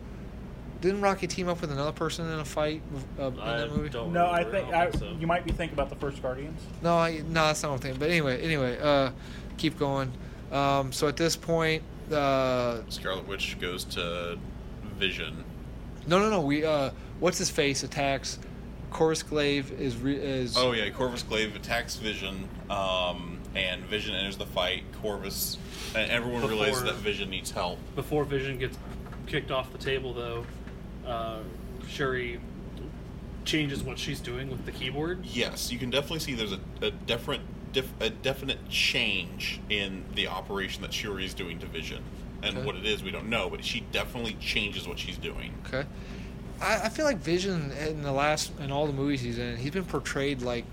Didn't Rocket team up with another person in a fight uh, in
I
that movie?
don't
No, I
remember.
think
I
I,
don't think so.
you might be thinking about the first Guardians.
No, I, no, that's not what I'm thinking. But anyway, anyway, uh, keep going. Um, so at this point, uh,
Scarlet Witch goes to Vision.
no, no, no. We uh, what's his face attacks. Chorus Glaive is re- is
Oh yeah, Corvus Glaive attacks Vision, um, and Vision enters the fight. Corvus, and everyone realizes
Before-
that Vision needs help.
Before Vision gets kicked off the table, though, uh, Shuri changes what she's doing with the keyboard.
Yes, you can definitely see there's a, a different, dif- a definite change in the operation that Shuri's doing to Vision, and
Okay.
what it is we don't know, but she definitely changes what she's doing.
okay. I, I feel like Vision in the last in all the movies he's in, he's been portrayed like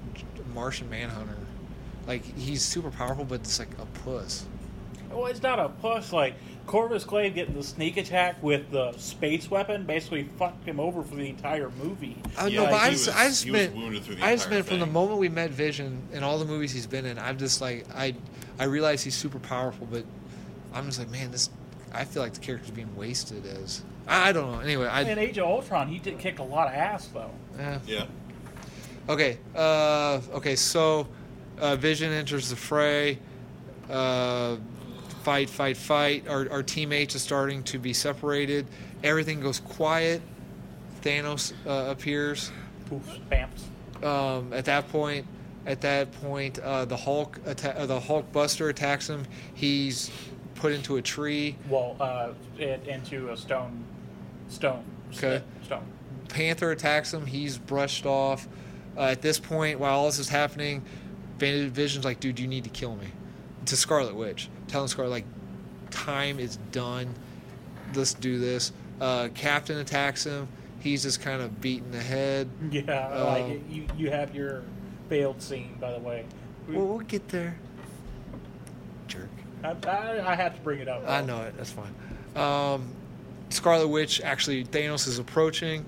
Martian Manhunter. Like he's super powerful, but it's like a puss.
Well, it's not a push. Like Corvus Glaive getting the sneak attack with the space weapon basically fucked him over for the entire movie.
I
Yeah,
know, but
he
I just, I
was-
just
he was
meant,
wounded through the
I just
entire
meant from the
thing.
moment we met Vision in all the movies he's been in, I'm just like, I, I realize he's super powerful, but I'm just like, man, this, I feel like the character's being wasted as, I, I don't know. Anyway,
In
I,
Age of Ultron, he did kick a lot of ass though.
eh.
Yeah,
okay, uh, okay, so, uh, Vision enters the fray, uh, fight, fight, fight. Our, our teammates are starting to be separated. Everything goes quiet. Thanos uh, appears.
Oof, bamps.
um, at that point, at that point, uh, the Hulk atta- uh, the Hulk Buster attacks him. He's put into a tree.
Well, uh, it, into a stone, stone,
Okay.
stone.
Panther attacks him. He's brushed off. Uh, at this point, while all this is happening, Bandit Vision's like, "Dude, you need to kill me." To Scarlet Witch, telling Scarlet like, "Time is done. Let's do this." Uh, Captain attacks him. He's just kind of beaten the head.
Yeah, like
Um,
you, you have your failed scene. By the way,
Well, we'll get there. Jerk.
I, I, I have to bring it up.
I know it. That's fine. Um, Scarlet Witch actually Thanos is approaching.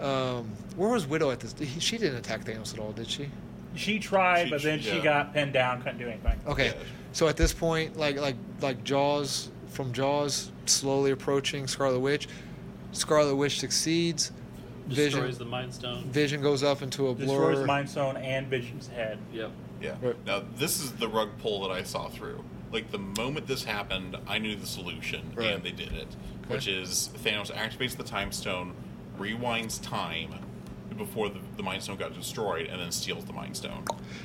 Um, where was Widow at this? he- She didn't attack Thanos at all, did she?
She tried,
She-
but then
she-
she
yeah.
got pinned down, couldn't do anything.
Okay.
Yeah.
So at this point, like like like Jaws from Jaws slowly approaching Scarlet Witch. Scarlet Witch succeeds.
Destroys
Vision
the Mind Stone.
Vision goes up into a blur.
Destroys Mind Stone and Vision's head.
Yep.
yeah.
Right.
Now this is the rug pull that I saw through. Like the moment this happened, I knew the solution,
Right.
and they did it, which is Thanos activates the time stone, rewinds time before the, the mind stone got destroyed, and then steals the mind stone.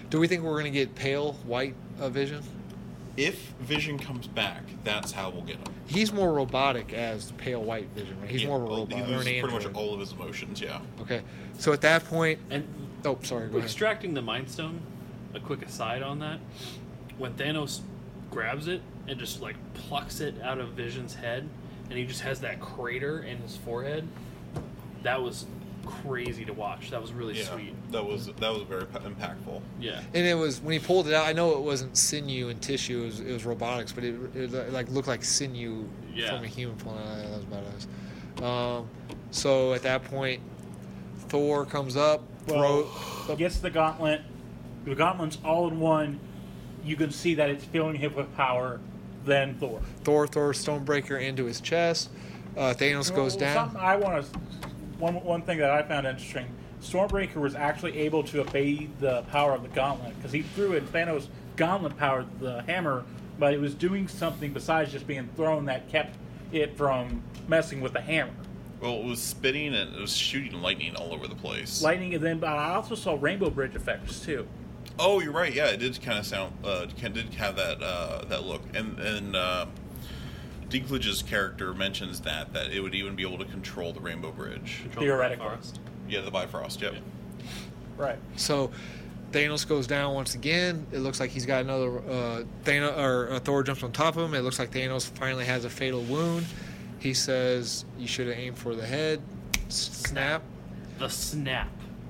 Do we think we're gonna get pale white uh, Vision?
If Vision comes back, that's how we'll get him.
He's more robotic as pale white Vision. Right? He's
Yeah,
more of a
well,
robot.
He
or an
loses pretty much
android.
all of his emotions. Yeah.
Okay. So at that point,
And
oh sorry. Go ahead.
extracting the Mind Stone, a quick aside on that. When Thanos grabs it and just like plucks it out of Vision's head, and he just has that crater in his forehead, that was crazy to watch. That was really
Yeah.
sweet.
That was that was very p- impactful.
Yeah.
And it was when he pulled it out. I know it wasn't sinew and tissue; it was, it was robotics, but it, it, like looked like sinew
Yeah.
from a human pulling it out. That was badass. Um, so at that point, Thor comes up,
Well,
throw,
gets the gauntlet, The gauntlet's all in one. You can see that it's filling him with power. Then Thor.
Thor throws Stonebreaker into his chest. Uh, Thanos goes
Well,
down.
Something I want to. One one thing that I found interesting: Stormbreaker was actually able to obey the power of the gauntlet because he threw it. Thanos gauntlet powered the hammer, but it was doing something besides just being thrown that kept it from messing with the hammer.
Well, it was spitting and it was shooting lightning all over the place.
Lightning, and then but I also saw rainbow bridge effects too.
Oh, you're right. Yeah, it did kind of sound. Uh, it kinda did have that uh, that look, and and uh, Dinklage's character mentions that that it would even be able to control the Rainbow Bridge.
Control the
Theoretically.
forest.
Yeah, the Bifrost. Yep.
Right.
So Thanos goes down once again. It looks like he's got another uh, Thanos or uh, Thor jumps on top of him. It looks like Thanos finally has a fatal wound. He says, "You should have aimed for the head." Snap.
The snap.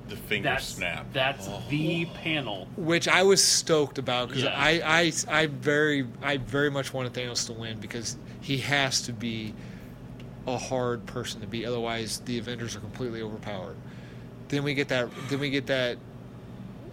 The finger
That's
snap.
That's
Oh.
the panel.
Which I was stoked about because
Yeah.
I, I I very I very much wanted Thanos to win because he has to be a hard person to beat. Otherwise, the Avengers are completely overpowered. Then we get that. Then we get that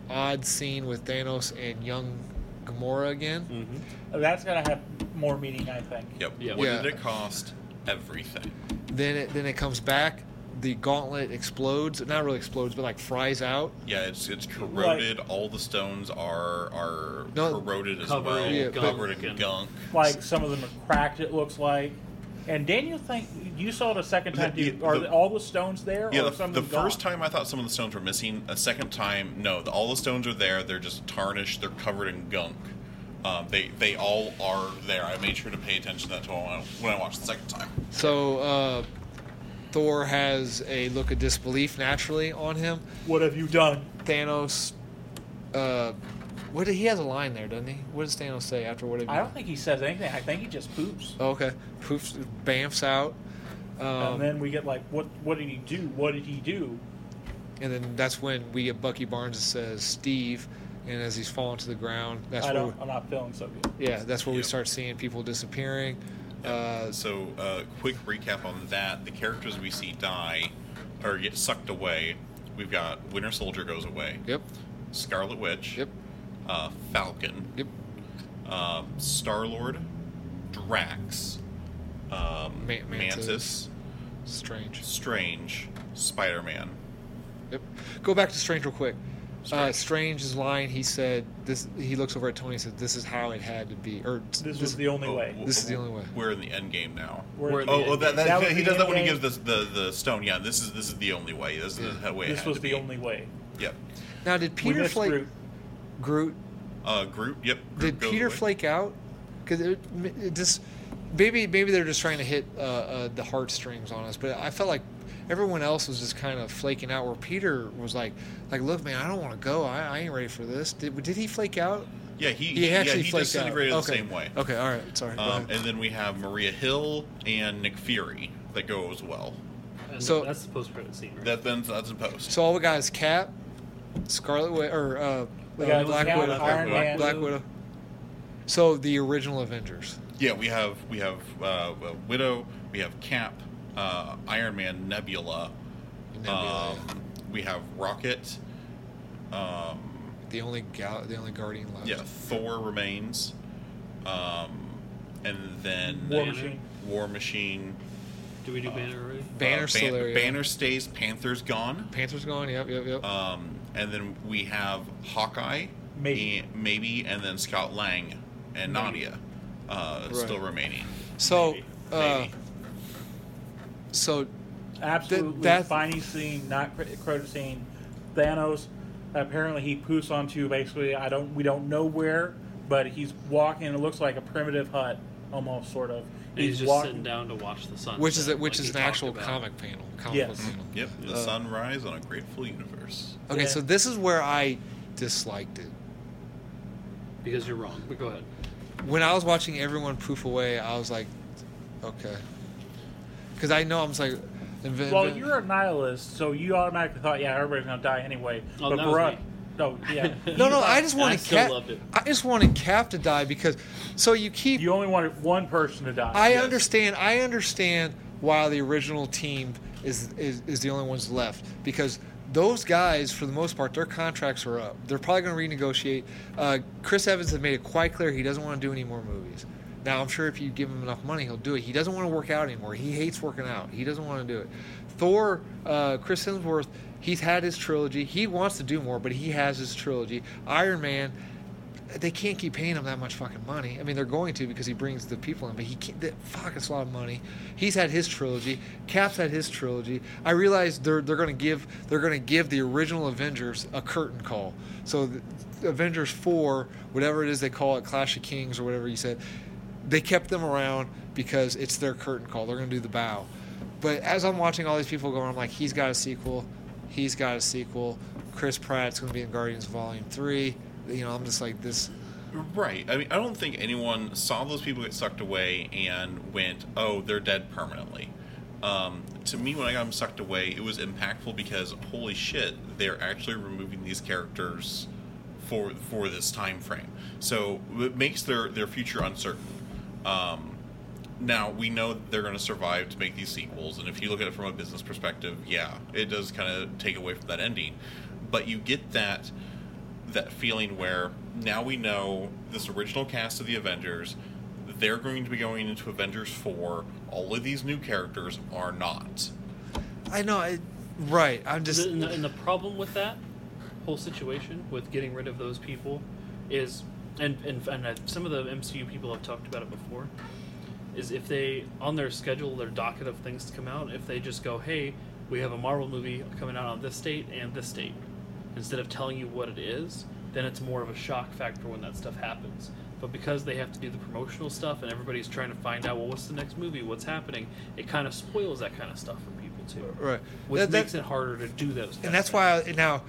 odd scene with Thanos and young Gamora again.
Mm-hmm.
That's gonna have more meaning, I think.
Yep.
Yep.
What
Yeah.
did it cost? Everything.
Then it then it comes back. The gauntlet explodes. Not really explodes, but like fries out.
Yeah, it's it's corroded. All the stones are are
No,
corroded as
covered
well,
in
Yeah, gunk
covered in
and-
gunk.
Like some of them are cracked. It looks like. And Daniel, think you saw it a second
The-
time?
the-
dude. Are
the-
all the stones there?
Yeah,
or
the,
some
the
of them
first
gone?
time I thought some of the stones were missing. A second time, no, the, all the stones are there. They're just tarnished. They're covered in gunk. Um, they they all are there. I made sure to pay attention to that when I, when I watched the second time.
So uh, Thor has a look of disbelief naturally on him.
What have you done?
Thanos. Uh, what did, he has a line there, doesn't he? What does Thanos say after what? have you
I don't
done?
think he says anything. I think he just poops.
Oh, okay, poofs, bamfs out, um,
and then we get like, what? What did he do? What did he do?
and then that's when we get Bucky Barnes that says Steve, and as he's falling to the ground, that's
I
where
don't. I'm not feeling so good.
we, yeah, that's where we
Yep.
start seeing people disappearing. Uh,
So, uh, quick recap on that: the characters we see die or get sucked away. We've got Winter Soldier goes away,
yep,
Scarlet Witch,
yep,
uh, Falcon,
yep.
um, Star Lord, Drax, um,
Ma- Mantis.
Mantis.
Strange.
Strange, Spider Man.
Yep. Go back to Strange real quick. Uh,
Strange.
Strange's line. He said this. He looks over at Tony and says, "This is how it had to be." Or
This was the only way.
This is the only way.
Oh, We're in the end game now.
We're
in
Oh,
the
oh
end
that,
game.
that,
That was
he
the
does that
end
when he
game.
gives this, the the stone. Yeah, this is this is the only way. This is oh, the way. it
This
had
was
to
the
be.
only way.
Yep.
now did
We
Peter
missed
Flake
Groot.
Groot
Uh, Groot. Yep.
Did
Groot goes
Peter
away.
flake out? Because it, it just maybe maybe they're just trying to hit uh, uh, the heartstrings on us. But I felt like everyone else was just kind of flaking out. Where Peter was like, like, look, man, I don't want to go. I, I ain't ready for this. Did did he flake out?
Yeah, he
He actually
yeah, he
flaked out.
disintegrated
okay.
the same way.
Okay, all right, sorry. go
Um,
ahead.
and then we have Maria Hill and Nick Fury that go as well.
And
So-
that's the post credit scene. Right?
That then that's in post.
so all we got is Cap, Scarlet Widow, or uh,
We
uh,
got
Black
Cap,
Widow,
Iron Man.
Black Widow. So the original Avengers.
Yeah, we have we have uh, uh, Widow, we have Cap, uh, Iron Man, Nebula,
Nebula,
um, we have Rocket, um,
The only gal- the only Guardian left.
yeah, Thor remains, um, and then
War
Banner.
Machine.
War Machine,
Do we do Banner already?
Banner,
uh,
still there, yeah.
Banner stays, Panther's gone,
Panther's gone. Yep, yep,
Uh,
yep.
um, and then we have Hawkeye,
Maybe.
and, maybe, and then Scott Lang and Nadia, uh,
Right.
still remaining.
So,
Maybe.
uh,
Maybe.
so
Absolutely
that-
funny scene, not cr- credit scene. Thanos. Apparently, he poofs onto basically. I don't. We don't know where, but he's walking. It looks like a primitive hut, almost sort of.
And he's just
walking.
sitting down to watch the sun.
which is
set,
which
like
is
he
an actual
talked about. Mm-hmm.
comic panel. Comic
Yes.
book panel.
Yep, the
Uh,
sunrise on a grateful universe.
Okay,
Yeah.
so this is where I disliked it.
Because you're wrong. But go ahead.
When I was watching everyone poof away, I was like, okay, because I know I'm just like, inv-
Well, you're a nihilist, so you automatically thought, yeah, everybody's gonna die anyway.
Oh,
but
that was
Barack-
me.
no, yeah,
no, no. I just
And I
wanted
still
Cap.
loved it.
I just wanted Cap to die because. So you keep.
you only wanted one person to die.
I
Yes.
understand. I understand why the original team is, is is the only ones left because those guys, for the most part, their contracts are up. They're probably going to renegotiate. Uh, Chris Evans has made it quite clear he doesn't want to do any more movies. Now, I'm sure if you give him enough money, he'll do it. He doesn't want to work out anymore. He hates working out. He doesn't want to do it. Thor, uh, Chris Hemsworth, he's had his trilogy. He wants to do more, but he has his trilogy. Iron Man, they can't keep paying him that much fucking money. I mean, they're going to because he brings the people in, but he can't. That, fuck, it's a lot of money. He's had his trilogy. Cap's had his trilogy. I realize they're they're going to give they're going to give the original Avengers a curtain call. So, the, Avengers four, whatever it is they call it, Clash of Kings or whatever you said, they kept them around because it's their curtain call. They're going to do the bow. But as I'm watching all these people go, I'm like, he's got a sequel. He's got a sequel. Chris Pratt's going to be in Guardians Volume three. You know, I'm just like this.
Right. I mean, I don't think anyone saw those people get sucked away and went, "Oh, they're dead permanently." Um, to me, when I got them sucked away, it was impactful because holy shit, they're actually removing these characters for for this time frame. So it makes their their future uncertain. Um, now we know that they're going to survive to make these sequels, and if you look at it from a business perspective, yeah, it does kind of take away from that ending. But you get that that feeling where now we know this original cast of the Avengers, they're going to be going into Avengers 4. All of these new characters are not.
I know. I, right. I'm just.
and, the, and the problem with that whole situation with getting rid of those people is, and and, and uh, some of the MCU people have talked about it before, is if they on their schedule, their docket of things to come out, if they just go, hey, we have a Marvel movie coming out on this date and this date, instead of telling you what it is, then it's more of a shock factor when that stuff happens. But because they have to do the promotional stuff and everybody's trying to find out, well, what's the next movie? What's happening? It kind of spoils that kind of stuff for people too,
Right.
which
That- that-
makes it harder to do those.
and that's why I, now,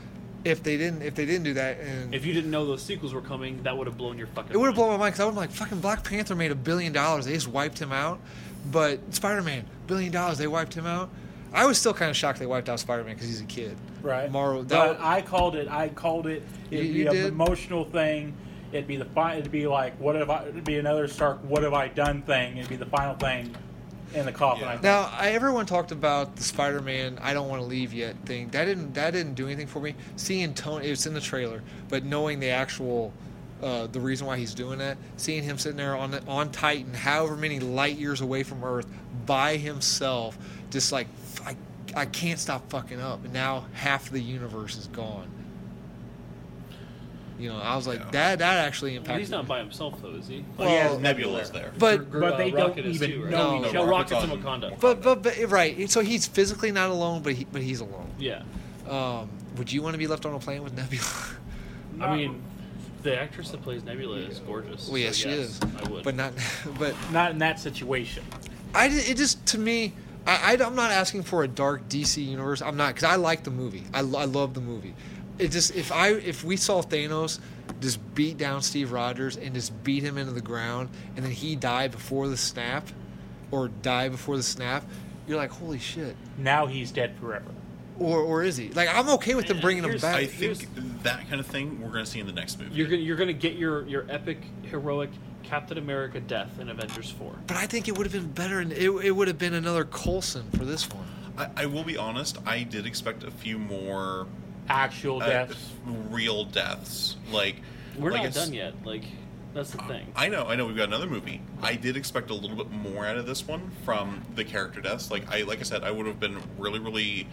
if they didn't, if they didn't do that, and
If you didn't know those sequels were coming, that would have blown your fucking.
It would have
mind.
blown my mind because I would have like fucking Black Panther made a billion dollars. They just wiped him out. But Spider Man, billion dollars, they wiped him out. I was still kind of shocked they wiped out Spider Man because he's a kid.
Right.
Marvel.
But
That,
I called it. I called it. It'd
You-
be
you
an
did?
emotional thing. It'd be the fi- It'd be like, what have I? It'd be another Stark. What have I done? Thing. It'd be the final thing in the coffin.
Yeah.
I think.
now, I, everyone talked about the Spider Man "I don't want to leave yet" thing. That didn't that didn't do anything for me. Seeing Tony, it's in the trailer, but knowing the actual. Uh, the reason why he's doing that, seeing him sitting there on the, on Titan, however many light years away from Earth, by himself, just like I, I can't stop fucking up. And now half the universe is gone. You know, I was like
Yeah.
that. That actually impacted.
Well, he's not
me.
by himself though, is he?
Well, yeah, it's
Nebula's there.
but
Gr- gr-
But
uh,
they
Rocket
don't
is
even
too, right?
know
No,
each
no,
other.
Rocket's in
Rocket's on-
Wakanda.
but but but right. And so he's physically not alone, but he but he's alone.
Yeah,
Um, would you want to be left on a plane with Nebula?
Not-
I mean, the actress that plays Nebula is gorgeous.
well, yes,
so
she is.
I would.
But not. But
not in that situation.
I ju- it just to me. I, I am not asking for a dark DC universe. I'm not because I like the movie. I, lo- I love the movie. It just if I if we saw Thanos just beat down Steve Rogers and just beat him into the ground and then he died before the snap, or die before the snap, you're like holy shit.
Now he's dead forever.
Or or is he like I'm okay with them
Man,
bringing him
here's-
back?
I
Uh, here's-
think that kind of thing we're going to see in the next movie.
you're gonna you're gonna get your your epic heroic Captain America death in Avengers four.
But I think it would have been better, and it, it would have been another Colson for this one.
I, I will be honest, I did expect a few more
Actual
uh,
deaths.
real deaths. Like
We're
like
not
it's-
done yet. Like that's
Uh,
the thing.
I know, I know. We've got another movie. I did expect a little bit more out of this one from the character deaths. Like I, like I said, I would have been really, really,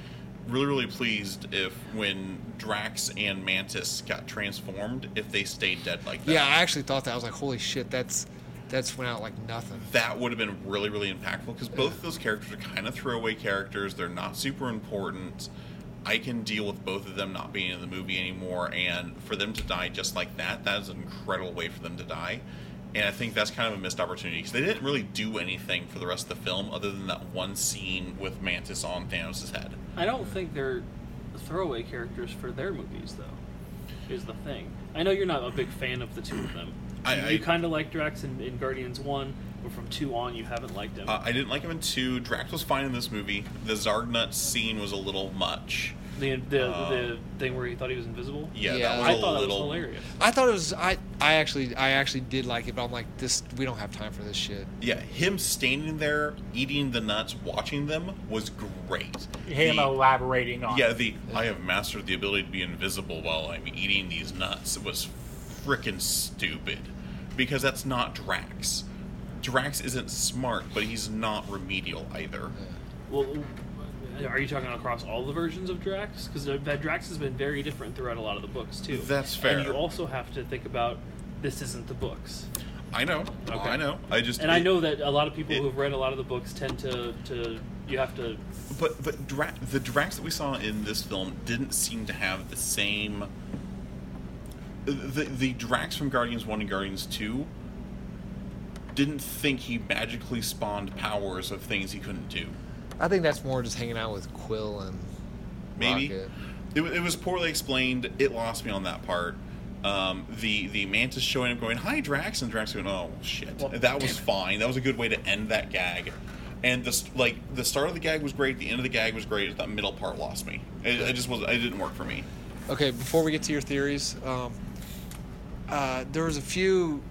really, really pleased if when Drax and Mantis got transformed, if they stayed dead like that.
Yeah, I actually thought that. I was like, holy shit, that's that's went out like nothing.
that would have been really, really impactful because both of those characters are kind of throwaway characters. They're not super important. I can deal with both of them not being in the movie anymore, and for them to die just like that, that is an incredible way for them to die. And I think that's kind of a missed opportunity because they didn't really do anything for the rest of the film other than that one scene with Mantis on Thanos' head.
I don't think they're throwaway characters for their movies, though. Is the thing. I know you're not a big fan of the two of them.
I-
you
I-
kind of like Drax in, in Guardians One, but from two on, you haven't liked him.
Uh, I didn't like him in two. Drax was fine in this movie. The Zargnut scene was a little much.
the the,
uh,
the thing where he thought he was invisible.
Yeah,
Yeah.
that was
I
a
thought that was
little
hilarious.
I thought it was I I actually I actually did like it, but I'm like this. We don't have time for this shit.
Yeah, him standing there eating the nuts, watching them was great.
Him
The-
elaborating on
Yeah,
it.
the I have mastered the ability to be invisible while I'm eating these nuts was freaking stupid because that's not Drax. Drax isn't smart, but he's not remedial either.
Well, are you talking across all the versions of Drax? Because Drax has been very different throughout a lot of the books too.
That's fair.
And you also have to think about this isn't the books,
I know,
Okay.
I know. I just
and I know that a lot of people
it-
who have read a lot of the books tend to to you have to.
but but Dra- the Drax that we saw in this film didn't seem to have the same. The the Drax from Guardians One and Guardians Two didn't think he magically spawned powers of things he couldn't do.
I think that's more just hanging out with Quill and
Maybe
Rocket.
it, wa- it was poorly explained. It lost me on that part. Um, the the mantis showing up going hi Drax and Drax going oh shit
Well,
that was fine that was a good way to end that gag, and the st- like the start of the gag was great the end of the gag was great that middle part lost me it, it just was it didn't work for me
Okay, before we get to your theories, um, uh, there was a few.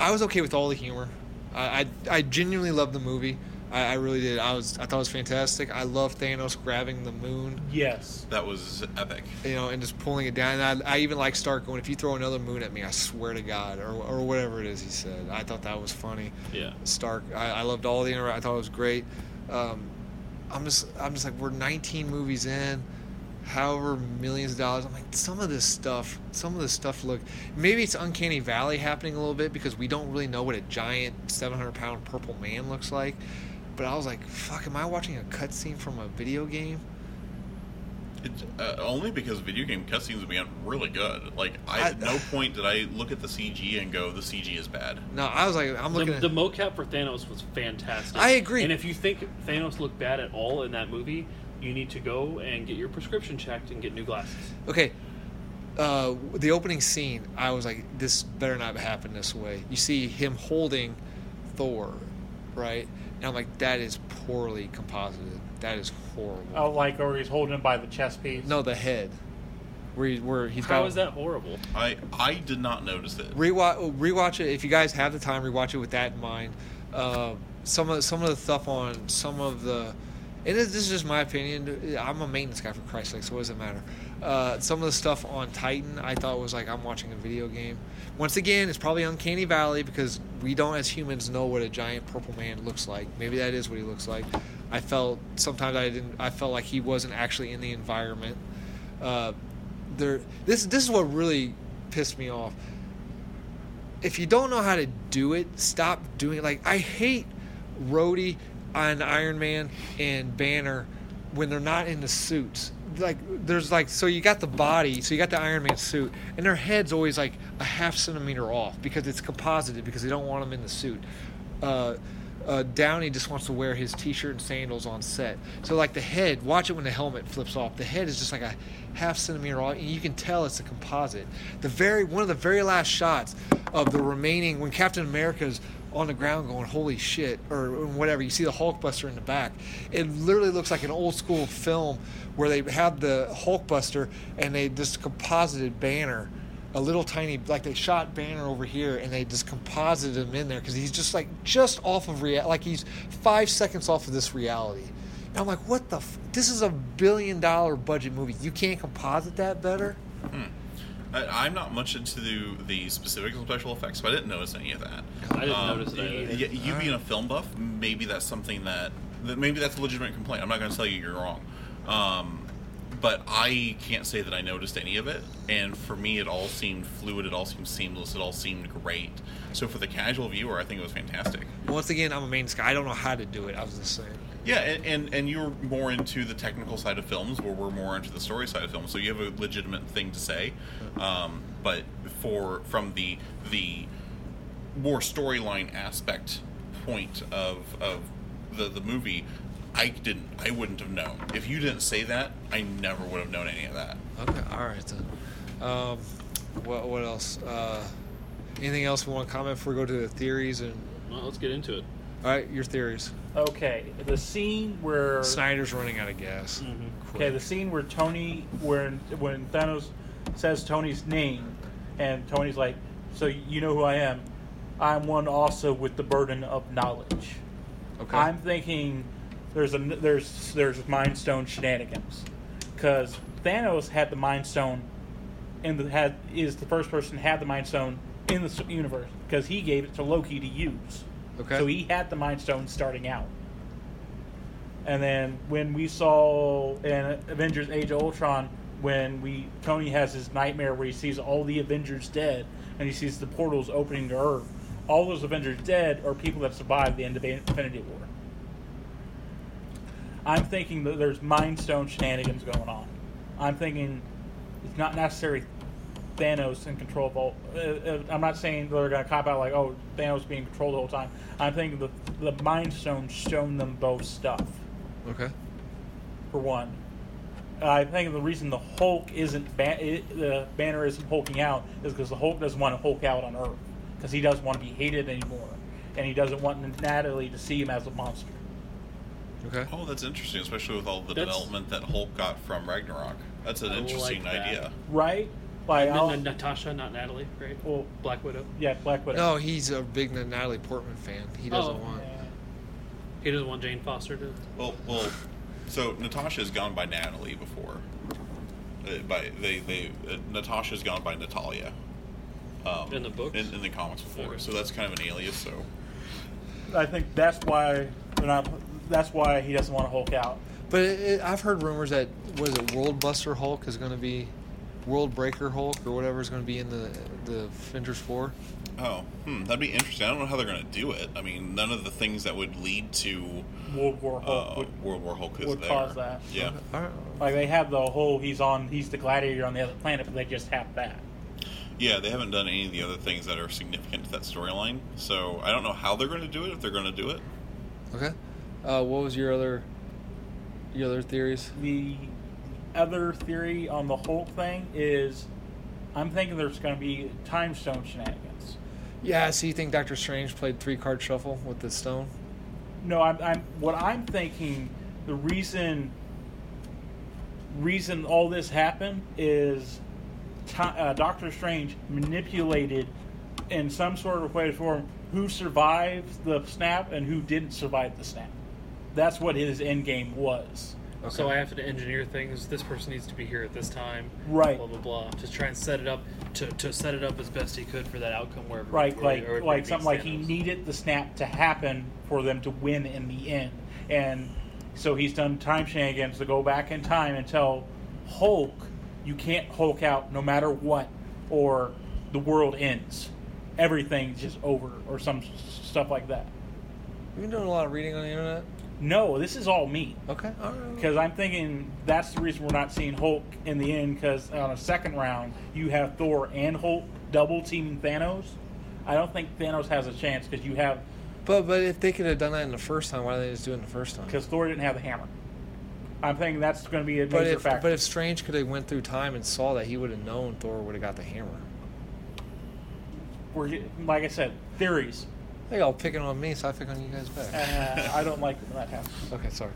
I was okay with all the humor. I I, I genuinely loved the movie. I, I really did. I was I thought it was fantastic. I love Thanos grabbing the moon,
Yes.
that was epic
you know, and just pulling it down. And I, I even like Stark going, "If you throw another moon at me, I swear to God," or or whatever it is he said. I thought that was funny.
Yeah.
Stark. I, I loved all the inter. I thought it was great. Um, I'm just, I'm just like, we're 19 movies in, however millions of dollars. I'm like, some of this stuff, some of this stuff look. Maybe it's Uncanny Valley happening a little bit because we don't really know what a giant 700 pound purple man looks like. But I was like, fuck, am I watching a cutscene from a video game?
it, uh, only because video game cutscenes have been really good like I, at
I-
no point did I look at the CG and go the CG is bad
No, I was like, I'm
The,
looking at.
the mocap for Thanos was fantastic.
I agree.
And if you think Thanos looked bad at all in that movie, you need to go and get your prescription checked and get new glasses.
Okay. Uh, the opening scene, I was like, this better not happen this way. You see him holding Thor, right? And I'm like, that is poorly composited. That is horrible.
Oh, like, or he's holding him by the chest piece.
No, the head. Where, he, where he's
How
got.
is that horrible?
I I did not notice it
Rewatch, rewatch it. If you guys have the time, rewatch it with that in mind. Uh, some of some of the stuff on some of the, and this, this is just my opinion. I'm a maintenance guy for Christ's sake, so what does it matter? Uh, some of the stuff on Titan, I thought was like I'm watching a video game. Once again, it's probably Uncanny Valley because we don't, as humans, know what a giant purple man looks like. Maybe that is what he looks like. I felt sometimes I didn't. I felt like he wasn't actually in the environment. Uh, there, this this is what really pissed me off if you don't know how to do it, stop doing it. Like I hate Rhodey on Iron Man and Banner when they're not in the suits. Like there's like so you got the body, so you got the Iron Man suit, and their head's always like a half centimeter off because it's composited because they don't want them in the suit. Uh, uh, Downey just wants to wear his t-shirt and sandals on set. So like the head, watch it when the helmet flips off. The head is just like a half centimeter off, and you can tell it's a composite. The very one of the very last shots of the remaining when Captain America's on the ground going holy shit or whatever you see the hulkbuster in the back it literally looks like an old school film where they have the hulkbuster and they just composited banner a little tiny like they shot Banner over here and they just composited him in there because he's just like just off of reality like he's five seconds off of this reality. And I'm like, what the? F- this is a billion dollar budget movie. You can't composite that better.
I, I'm not much into the, the specifics of special effects, so I didn't notice any of that.
I didn't notice it
the-
either.
Y- you being a film buff, maybe that's something that, that maybe that's a legitimate complaint. I'm not going to tell you you're wrong, um, but I can't say that I noticed any of it. And for me, it all seemed fluid. It all seemed seamless. It all seemed great. So for the casual viewer, I think it was fantastic.
Once again, I'm a main guy. I don't know how to do it. I was just saying.
Yeah, and, and and you're more into the technical side of films, where we're more into the story side of films. So you have a legitimate thing to say, um, but for from the the more storyline aspect point of of the the movie, I didn't, I wouldn't have known if you didn't say that. I never would have known any of that.
Okay, all right then. Um, what what else? Uh, anything else we want to comment before we go to the theories and?
Well, let's get into it.
All right, your theories.
Okay, the scene where
Snyder's running out of gas.
okay the scene where Tony when when Thanos says Tony's name, and Tony's like so you know who I am. I'm one also with the burden of knowledge.
Okay.
I'm thinking there's a there's there's Mind Stone shenanigans because Thanos had the Mind Stone and the, had is the first person to have the Mind Stone in the s- universe because he gave it to Loki to use.
Okay.
So he had the Mind Stone starting out. And then when we saw in Avengers Age of Ultron, when we Tony has his nightmare where he sees all the Avengers dead and he sees the portals opening to Earth, all those Avengers dead are people that survived the end of Infinity War. I'm thinking that there's Mind Stone shenanigans going on. I'm thinking it's not necessarily Thanos in control of all. Uh, uh, I'm not saying they're going to cop out like, oh, Thanos being controlled the whole time. I'm thinking the, the Mind Stone shown them both stuff,
okay.
for one. I think the reason the Hulk isn't ba- it, the Banner isn't hulking out is because the Hulk doesn't want to Hulk out on Earth because he doesn't want to be hated anymore, and he doesn't want Natalie to see him as a monster.
Okay.
Oh, that's interesting, especially with all the
That's-
development that Hulk got from Ragnarok. That's an
I
interesting
like that.
idea.
Right? Like,
And
I'll-
then Natasha, not Natalie, right?
well,
Black Widow.
yeah, Black Widow.
No, he's a big Natalie Portman fan. He doesn't
Oh.
want.
He doesn't want Jane Foster to.
Well, well, so Natasha's gone by Natalie before. Uh, by they they uh, Natasha's gone by Natalia. Um,
In the books?
in, in the comics before,
Okay.
so that's kind of an alias. So
I think that's why they're not. That's why he doesn't want to Hulk out.
But it, it, I've heard rumors that what is it, World Buster Hulk is going to be, World Breaker Hulk or whatever is going to be in the the Avengers Four.
oh, hmm, that'd be interesting. I don't know how they're gonna do it. I mean, none of the things that would lead to
World War Hulk.
uh,
Oh, would-
World War Hulk is
would
there.
cause that.
Yeah.
All right.
like they have the whole he's on he's the gladiator on the other planet, but they just have that.
Yeah, they haven't done any of the other things that are significant to that storyline. So I don't know how they're going to do it if they're going to do it.
Okay. Uh, what was your other, your other theories?
The other theory on the Hulk thing is, I'm thinking there's going to be time stone shenanigans.
Yeah. So you think Doctor Strange played three card shuffle with the stone?
No, I'm, I'm what I'm thinking. The reason reason all this happened is ti uh, Doctor Strange manipulated in some sort of way or form who survived the snap and who didn't survive the snap. That's what his end game was.
So I have to engineer things. This person needs to be here at this time.
Right.
Blah blah blah. To try and set it up to, to set it up as best he could for that outcome wherever.
Right,
where-
like
where it
like
beats
something like he
Thanos.
needed the snap to happen for them to win in the end, and so he's done time shenanigans to go back in time and tell Hulk, you can't Hulk out no matter what, or the world ends, everything's just over, or some s- stuff like that.
You've been doing a lot of reading on the internet.
No, this is all me.
Okay. All right.
Because I'm thinking that's the reason we're not seeing Hulk in the end. Because on a second round, you have Thor and Hulk double teaming Thanos. I don't think Thanos has a chance because you have
But but if they could have done that in the first time, why did they just do it in the first time?
because Thor didn't have the hammer. I'm thinking that's going to be a
But
major
if,
factor.
but if Strange could have went through time and saw that, he would have known Thor would have got the hammer.
We're get- like I said, theories.
I think I'll pick it on me, so I pick on you guys back.
Uh, I don't like when that happens.
Okay, sorry.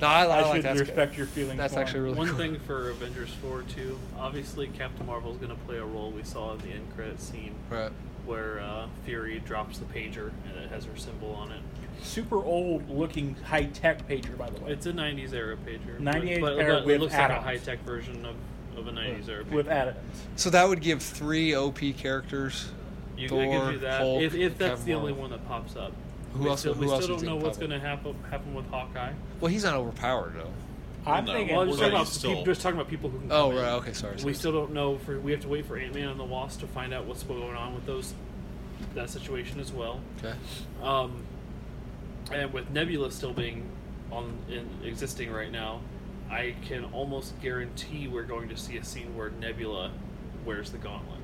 No, I, I,
I,
like
should
that.
respect your feelings.
That's
more.
actually really
One
cool.
thing for Avengers 4 too, obviously Captain Marvel's going to play a role we saw in the end credit scene
Right.
where uh, Fury drops the pager and it has her symbol on it.
super old looking high tech pager, by the way,
It's a 90s era pager. but-
98
but,
era
but
with
it looks like a
atoms.
high tech version of, of a 90s era pager.
with additives.
So that would give three OP characters.
you,
Thor,
I could do that
Hulk,
if, if that's
Captain
the only
Marvel.
one that pops up.
Who
we
else-
Still,
who
we
else
still
you
don't know
think
what's
pop
going to happen happen with Hawkeye.
Well, he's not overpowered though.
I'm
no.
thinking
Well, I'm
Well,
just
but
talking about
he's still-
people, just talking about people who can.
Oh
come in.
right. Okay, sorry.
We
sorry.
still don't know. For we have to wait for Ant Man and the Wasp to find out what's going on with those that situation as well.
Okay.
Um, and with Nebula still being on in, existing right now, I can almost guarantee we're going to see a scene where Nebula wears the gauntlet.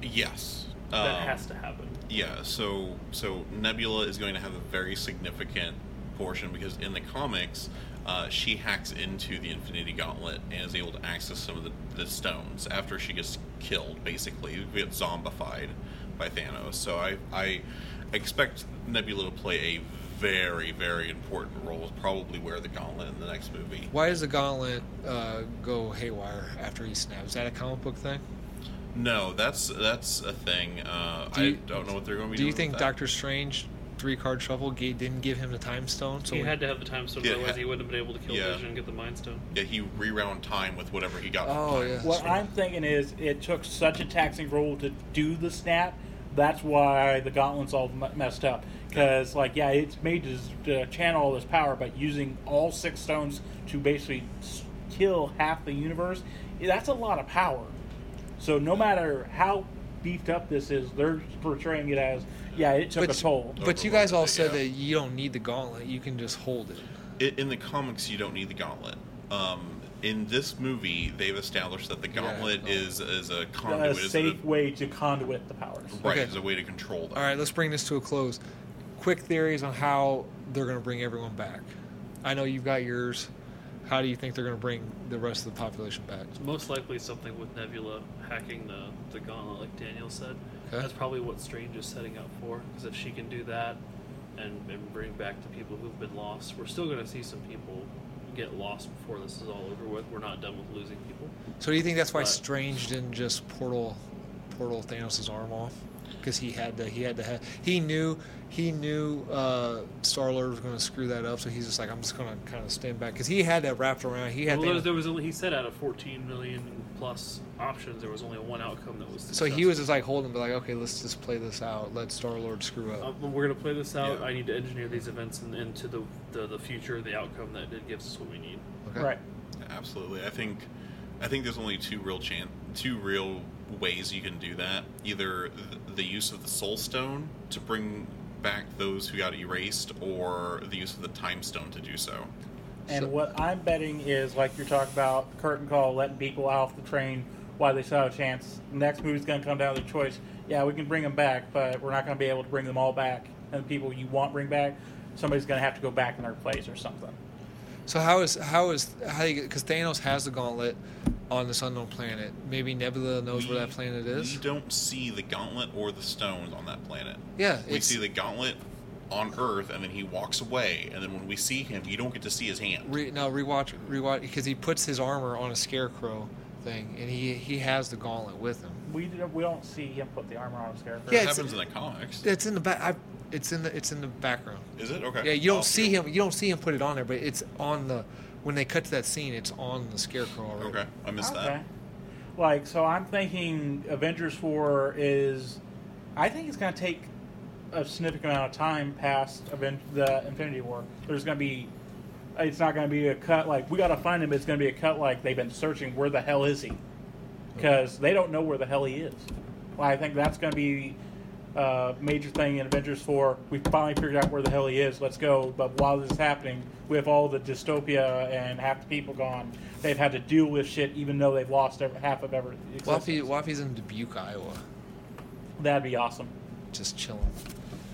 Yes.
That
Um,
has to happen.
Yeah. So so Nebula is going to have a very significant portion because in the comics, uh, she hacks into the Infinity Gauntlet and is able to access some of the, the stones after she gets killed. Basically, we get zombified by Thanos. So I I expect Nebula to play a very very important role. Probably wear the gauntlet in the next movie.
Why does the gauntlet uh, go haywire after he snaps? Is that a comic book thing?
No, that's that's a thing. Uh,
Do you-
I don't know what they're going to be
Do
doing.
you
with
think
that.
Doctor Strange three card shuffle ga- didn't give him the time stone? So
he
we-
had to have the time stone,
Yeah,
otherwise
ha-
he wouldn't have been able to kill
yeah.
Vision and get the Mind Stone.
Yeah, he reround time with whatever he got.
oh yeah.
What I'm thinking is it took such a taxing role to do the snap. That's why the gauntlet's all m- messed up. Because, like, yeah, it's made to, s- to channel all this power, but using all six stones to basically s- kill half the universe, yeah, that's a lot of power. So, no matter how beefed up this is, they're portraying it as, yeah, it took
but,
a toll.
but you guys all
Overwhelmed,
said
yeah.
that you don't need the gauntlet. You can just hold it.
I in the comics, you don't need the gauntlet. Um, in this movie, they've established that the gauntlet
gauntlet.
is is a
A
conduit, is a,
safe way to conduit the powers.
right?
Okay.
Is a way to control that.
All right, let's bring this to a close. Quick theories on how they're going to bring everyone back. I know you've got yours. How do you think they're going to bring the rest of the population back?
Most likely something with Nebula hacking the, the gauntlet, like Daniel said.
Okay.
That's probably what Strange is setting up for, because if she can do that and, and bring back the people who've been lost, we're still going to see some people get lost before this is all over with. We're not done with losing people.
So do you think that's why
Right.
Strange didn't just portal portal Thanos' arm off? Because he had to, he had to, ha- he knew, he knew uh, Star Lord was going to screw that up. So he's just like, I'm just going to kind of stand back because he had that wrapped around. He had
Well, there
Thanos-
was, there was only, he said out of 14 million plus options, there was only one outcome that was
so
successful.
he was just like holding, but like, okay, let's just play this out. Let Star Lord screw up.
Uh, well, we're gonna play this out.
Yeah.
I need to engineer these events in, into the, the the future, the outcome that it gives us what we need.
Okay?
Right.
Absolutely. I think I think there's only two real chan- two real ways you can do that. Either th- the use of the soul stone to bring back those who got erased or the use of the time stone to do so.
And
So-
what I'm betting is, like you're talking about, curtain call, letting people off the train while they still have a chance. Next movie's going to come down to the choice. Yeah, we can bring them back, but we're not going to be able to bring them all back. And the people you want bring back, somebody's going to have to go back in their place or something.
So how is how is how you because Thanos has the gauntlet on this unknown planet? Maybe Nebula knows
We-
where that planet
We
is.
don't see the gauntlet or the stones on that planet.
Yeah,
We
it's
see the gauntlet on Earth, and then he walks away. And then when we see him, you don't get to see his hand.
re, no rewatch rewatch because he puts his armor on a scarecrow thing and he he has the gauntlet with him.
We don't- we don't see him put the armor on his character.
Yeah,
it
it's-
happens in the comics.
It's in the back. I, it's in the it's in the background.
Is it okay?
Yeah, you don't
I'll
see him. You don't see him put it on there, but it's on the when they cut to that scene. It's on the scarecrow already.
Okay, I missed
Okay.
that.
Like, so I'm thinking Avengers 4 is. I think it's going to take a significant amount of time past Aven- the Infinity War. There's going to be. It's not going to be a cut like, we got to find him, but it's going to be a cut like they've been searching, where the hell is he? Because they don't know where the hell he is. Well, I think that's going to be a major thing in Avengers 4. We finally figured out where the hell he is. Let's go. But while this is happening, we have all the dystopia and half the people gone. They've had to deal with shit, even though they've lost ev- half of everything.
Waffy, Waffy's in Dubuque, Iowa,
That'd be awesome.
just chilling.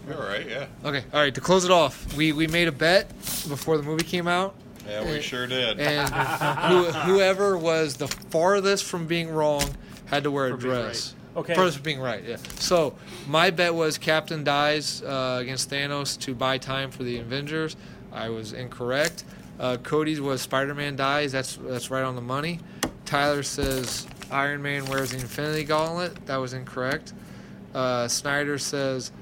You're all right. Yeah,
Okay, all right. To close it off, we we made a bet before the movie came out.
yeah, we sure did.
and who, whoever was the farthest from being wrong had to wear a
From being
dress.
right. Okay.
Farthest from being right, yeah. So my bet was Captain dies uh, against Thanos to buy time for the Avengers. I was incorrect. Uh, Cody's was Spider-Man dies. That's that's right on the money. Tyler says Iron Man wears the Infinity Gauntlet. That was incorrect. Uh, Snyder says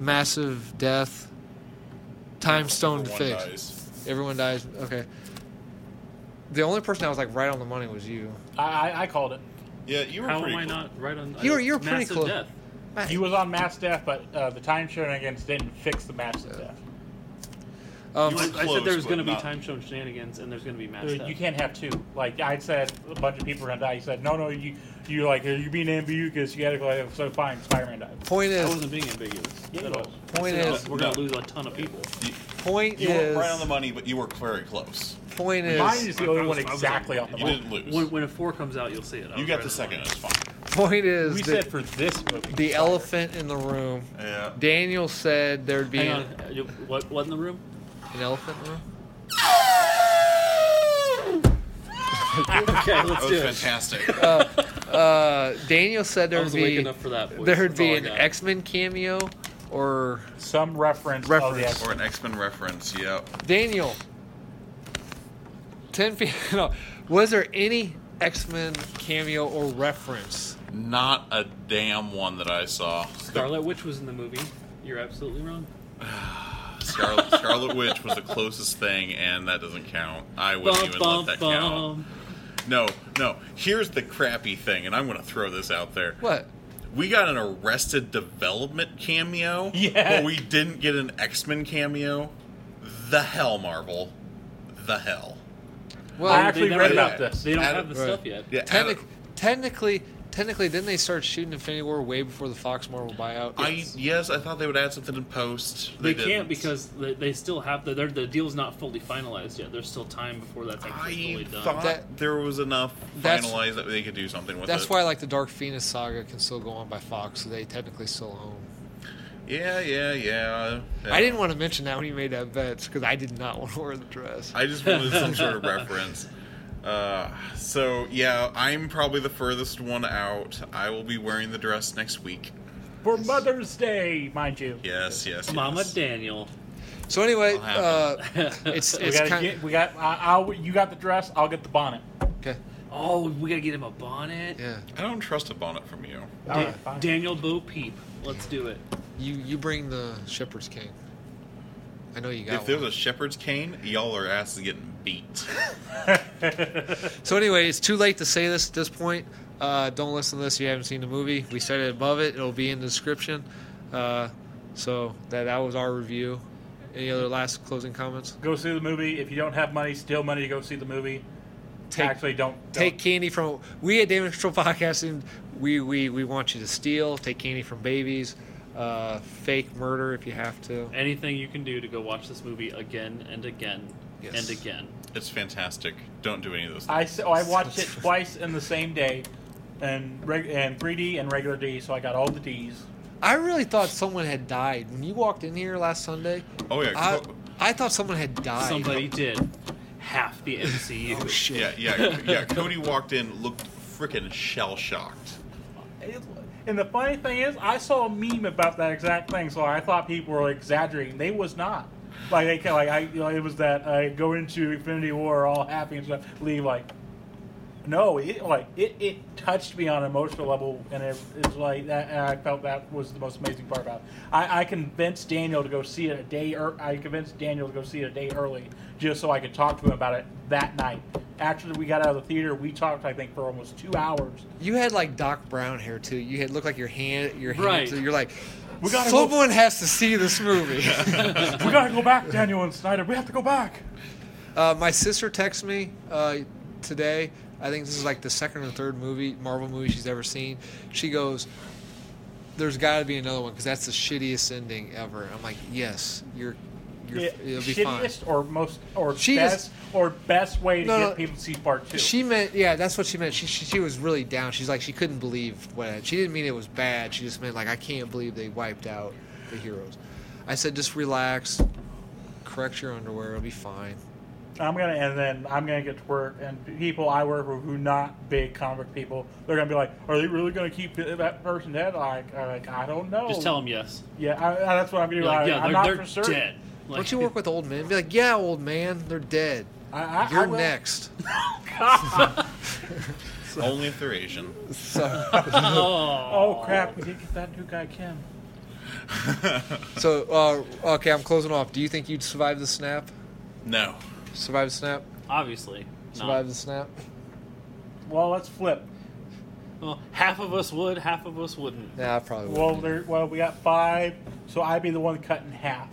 massive death. Time stone to
Everyone
fix.
dies.
Everyone dies. Okay. The only person that was like right on the money was you.
I, I, I called it.
Yeah, you were
How am
pretty
I
close.
not right on?
You're- you're pretty
massive
close.
Death.
He was on mass death, but uh, the time shown against didn't fix the mass to death.
Um,
I, I
close,
said there was
but
going to be
not-
time shown shenanigans, and there's going to be match
Dude,
death.
You can't have two. Like I said, a bunch of people are gonna die. You said, no, no, you, you like you're being ambiguous. You gotta go. like, So fine, Spider-Man died.
point
I
is,
wasn't being ambiguous
Yeah,
at
you
all.
was.
point
I said,
is,
we're going
No.
to lose a ton of people.
You,
point
you weren't right on the
is,
money, but you were very close.
point
Mine
is,
is the only
I
one
was- I was
exactly
like-
off the
You
mark.
didn't lose.
When, when a four comes out, you'll see it. I
you
was
got
right
the
on
second.
money.
It's fine.
point is
We said
the,
for this movie,
the elephant in the room.
Yeah.
Daniel said there'd be
Hang
an,
on. uh, you- What, what in the room?
an elephant in the room.
okay,
That
let's
was
do it.
fantastic.
Uh, Daniel said
I
there'd
was awake
be
enough for that. Boys.
there'd
That's all
be
I
an
got.
X Men cameo, or
some reference. Of the
Reference.
or an X Men reference. Yep.
Daniel. Ten feet. No, was there any X Men cameo or reference?
Not a damn one that I saw.
Scarlet Witch was in the movie. You're absolutely wrong.
Scarlet, Scarlet Witch was the closest thing, and that doesn't count. I wouldn't even let that count. No, no. Here's the crappy thing, and I'm going to throw this out there.
What?
We got an Arrested Development cameo,
Yeah.
but we didn't get an X Men cameo. The hell, Marvel. The hell.
Well,
I actually
They never
read
did
about
that.
this.
They don't
Adam-
have the
Right.
stuff yet.
Yeah, Adam-
technic- technically, technically, didn't they start shooting Infinity War way before the Fox Marvel buyout?
I yes, I thought they would add something in post.
They,
didn't.
can't because they, they still have the their- the deal's not fully finalized yet. There's still time before that's
I
actually fully done.
thought
That-
there was enough
That's-
finalized that they could do something with
That's
it.
why, like, the Dark Phoenix saga can still go on by Fox, so they technically still own.
Yeah, yeah, yeah. yeah.
I didn't want to mention that when you made that bet because I did not want to wear the dress.
I just wanted some sort of reference. Uh, so yeah, I'm probably the furthest one out. I will be wearing the dress next week.
For Mother's Day, mind you.
Yes, yes.
Mama
yes.
Daniel.
So anyway,
I'll have
uh, it's
We
it's
gotta
kind
get. We got. I, I'll. You got the dress. I'll get the bonnet.
okay.
Oh, we gotta get him a bonnet.
Yeah,
I don't trust a bonnet from you.
All
Da-
right, fine.
Daniel Bo Peep. Let's do it.
you you bring the Shepherd's King. I know you got
if
one.
there's a shepherd's cane, y'all are asses getting beat.
So anyway, it's too late to say this at this point. Uh, don't listen to this if you haven't seen the movie. We said it above it. It'll be in the description. Uh, so that that was our review. Any other last closing comments?
Go see the movie. If you don't have money, steal money to go see the movie.
Take-
Actually, don't, don't.
Take candy from we at Damage Control Podcasting. We we we want you to steal. Take candy from babies. Uh, fake murder if you have to.
Anything you can do to go watch this movie again and again
Yes.
and again.
it's fantastic. Don't do any of those. Things.
I s- oh, I watched it twice in the same day, and reg- and 3D and regular D. So I got all the D's.
I really thought someone had died when you walked in here last Sunday.
Oh yeah,
I
Clo-
I thought someone had died.
Somebody did half the MCU.
Oh shit.
yeah, yeah, yeah. Cody walked in, looked freaking shell shocked.
It- And the funny thing is, I saw a meme about that exact thing, so I thought people were exaggerating. They was not. Like they ca- like I, you know, it was that I go into Infinity War all happy and stuff, leave like. No, it like it, it touched me on an emotional level, and it, it's like that. And I felt that was the most amazing part about. It. I, I convinced Daniel to go see it a day. Or I convinced Daniel to go see it a day early, just so I could talk to him about it that night. After we got out of the theater, we talked I think for almost two hours
You had like Doc Brown hair too. You had looked like your hand, your hand.
Right.
so You're like,
We gotta go-
someone has to see this movie.
we gotta go back, Daniel and Snyder. We have to go back.
uh, my sister texted me uh, today. I think this is like the second or third movie, Marvel movie she's ever seen. She goes, "There's got to be another one because that's the shittiest ending ever." I'm like, "Yes, you're, you're it'll be fine."
Shittiest or most or
She is-
best or best way to
No, no.
get people to see part two.
She meant, yeah, that's what she meant. She, she she was really down. She's like, she couldn't believe what she didn't mean. It was bad. She just meant like, I can't believe they wiped out the heroes. I said, just relax, correct your underwear. It'll be fine.
I'm gonna and then I'm gonna get to work and people I work with who not big comic people, they're gonna be like, are they really gonna keep that person dead? Like, i like I don't know.
Just tell him yes.
Yeah, I, I- that's what I'm gonna
You're
do.
like,
I,
yeah,
I'm
they're,
not
they're
for certain.
dead. Like,
Don't you work with old men? Be like, yeah, old man, they're dead.
I, I,
You're
I will-
next.
Only if they're Asian.
So,
Oh,
Oh crap! We did get that new guy Kim.
so uh, okay, I'm closing off. Do you think you'd survive the snap?
No.
Survive the snap?
obviously.
Survive
Not.
the snap?
Well, let's flip.
Well, half of us would, half of us wouldn't.
Nah, I probably
Well,
wouldn't.
there. Well, we got five, so I'd be the one cut in half.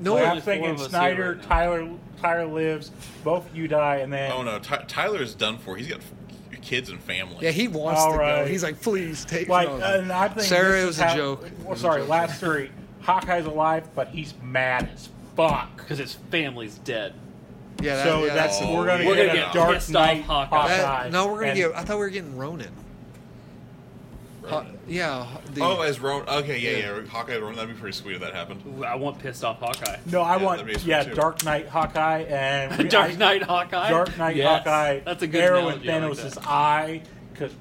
no,
Like,
one-
I'm
there's four
thinking
of us
Snyder,
here right now.
Tyler, Tyler lives. Both of you die, and then
Oh no. Ty- Tyler's done for. He's got f- kids and family.
yeah, he wants
All
to go.
right.
He's like, please take
like, uh,
no, no.
and I think
Sarah,
this
it
is
was a
how-
joke. It
Well,
was a
sorry,
joke.
last three. Hawkeye's alive, but he's mad as fuck.
Because his family's dead.
yeah, that-
so
yeah,
that's
that's-
we're gonna
We're
get
gonna
a
get
dark
pissed off
knight
Hawkeye.
Hawkeye.
That- no, we're gonna
and
get. I thought we were getting Ronin. Uh, yeah. The,
Oh, as Ronan. Okay, yeah,
Yeah.
yeah. Hawkeye Ronan. That'd be pretty sweet if that happened.
Ooh, I want pissed off Hawkeye.
No, I
Yeah, that'd be
want
sweet
yeah,
too.
Dark Knight Hawkeye and we- I-
Dark Knight Hawkeye.
Dark Knight
Yes.
Hawkeye.
That's a good
arrow in
analogy. I like
Thanos'
that.
eye because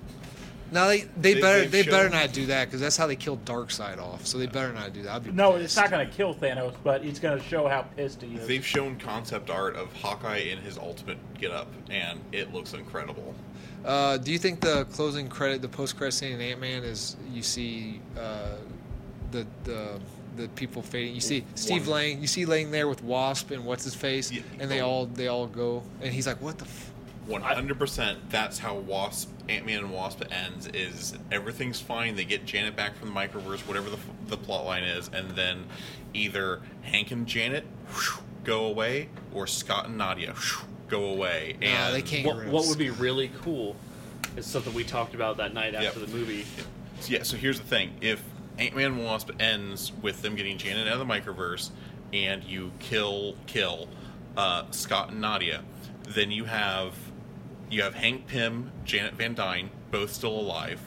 no, they, they,
They-
better
they've
they better
shown-
not do that because that's how they killed Darkseid off. So they better not do that. I'd be
no,
pissed.
it's not gonna kill Thanos, but it's gonna show how pissed he is.
They've shown concept art of Hawkeye in his ultimate getup, and it looks incredible.
Uh, do you think the closing credit, the post credit scene in Ant Man, is you see uh, the the the people fading? You see Steve
One.
Lang. You see Lang there with Wasp and what's his face,
Yeah.
and they all they all go, and he's like, "What the." F-?
One hundred percent. That's how Wasp, Ant Man, and Wasp ends. Is everything's fine? They get Janet back from the microverse, whatever the f- the plot line is, and then either Hank and Janet whew, go away, or Scott and Nadia whew, go away.
Nah,
and
they can't.
What, what would be really cool is something we talked about that night
Yep.
after the movie.
Yeah. So here's the thing: if Ant Man and Wasp ends with them getting Janet out of the microverse, and you kill kill uh, Scott and Nadia, then you have you have Hank Pym, Janet Van Dyne, both still alive.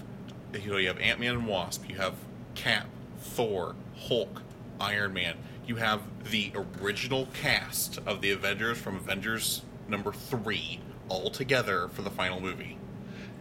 You know, you have Ant Man and Wasp. You have Cap, Thor, Hulk, Iron Man. You have the original cast of the Avengers from Avengers number three all together for the final movie.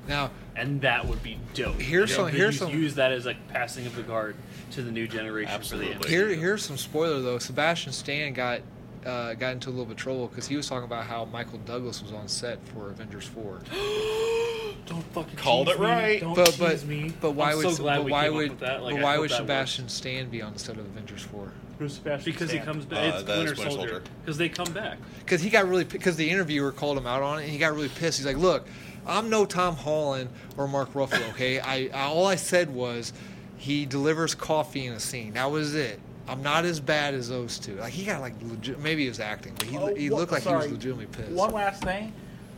Now,
and that would be dope.
Here's
You know,
some-
they
here's
use,
some-
use that as like passing of the guard to the new generation for
Absolutely.
the end.
Here, here's some spoiler though. Sebastian Stan got uh, got into a little bit of trouble because he was talking about how Michael Douglas was on set for Avengers Four.
Don't fucking
Called
tease
it
me.
right.
Don't
But
tease
but
me.
but why
I'm
would
so glad
but
we
why
came up
would
with that. Like,
but
I
why
hope
would
that
Sebastian Stan be on the set of Avengers Four?
Who's Sebastian?
works. because he
Stan?
comes back.
Uh,
it's
that is
Winter
Winter
Soldier
Soldier.
because they come back.
Because he got really because the interviewer called him out on it and he got really pissed. He's like, "Look, I'm no Tom Holland or Mark Ruffalo. Okay, I, I all I said was he delivers coffee in a scene. That was it." I'm not as bad as those two. Like he got like legit. Maybe he was acting, but he,
Oh,
he
wha-
looked like
sorry.
he was legitimately pissed.
One last thing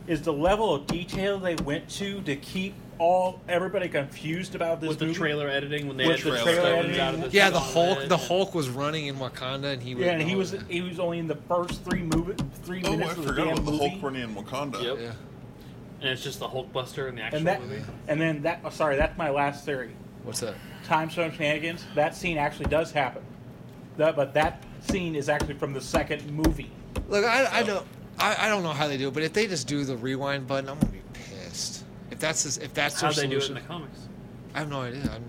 is the level of detail they went to to keep all everybody confused about this
With the
movie.
trailer editing when they
With
had
the
the
trailer
stones
editing.
out of the
Yeah, the
solid
Hulk. The
and-
Hulk was running in Wakanda, and he was.
Yeah, and he
oh,
was he was only in the first three movie three
Oh,
minutes of the damn movie.
in Wakanda.
Yep.
Yeah.
And it's just the Hulk Buster in the actual
and that
movie.
and then that oh, sorry that's my last theory.
What's that?
Time Stone shenanigans. That scene actually does happen, That- but that scene is actually from the second movie.
Look, I, I don't. I, I don't know how they do it, but if they just do the rewind button, I'm gonna be pissed. If that's his, if that's
How
their
they do it in
solution,
the comics?
I have no idea. I'm,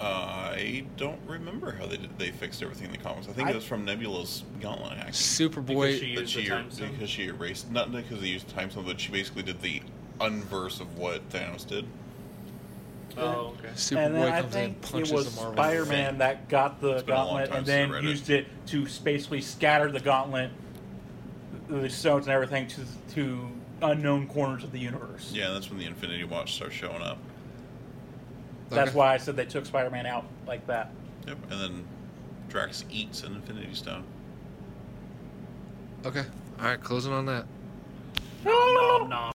I don't remember how they did, they fixed everything in the comics. I think
I-
it was from Nebula's gauntlet actually.
Superboy.
Because she-
That
used
she
the time stone?
because she erased not because they used time stone, but she basically did the unverse of what Thanos did.
Oh, okay.
and
Superboy
then I
comes in,
think
and
it
punches
was
the Marvel.
Spider Man that got the
been a long
gauntlet
time
and
since I
then
read it.
used it. to basically scatter the gauntlet, the stones and everything to to unknown corners of the universe.
Yeah, that's when the Infinity Watch starts showing up.
That's
Okay.
why I said they took Spider Man out like that.
Yep, and then Drax eats an Infinity Stone.
Okay. All right. Closing on that.
Nom nom.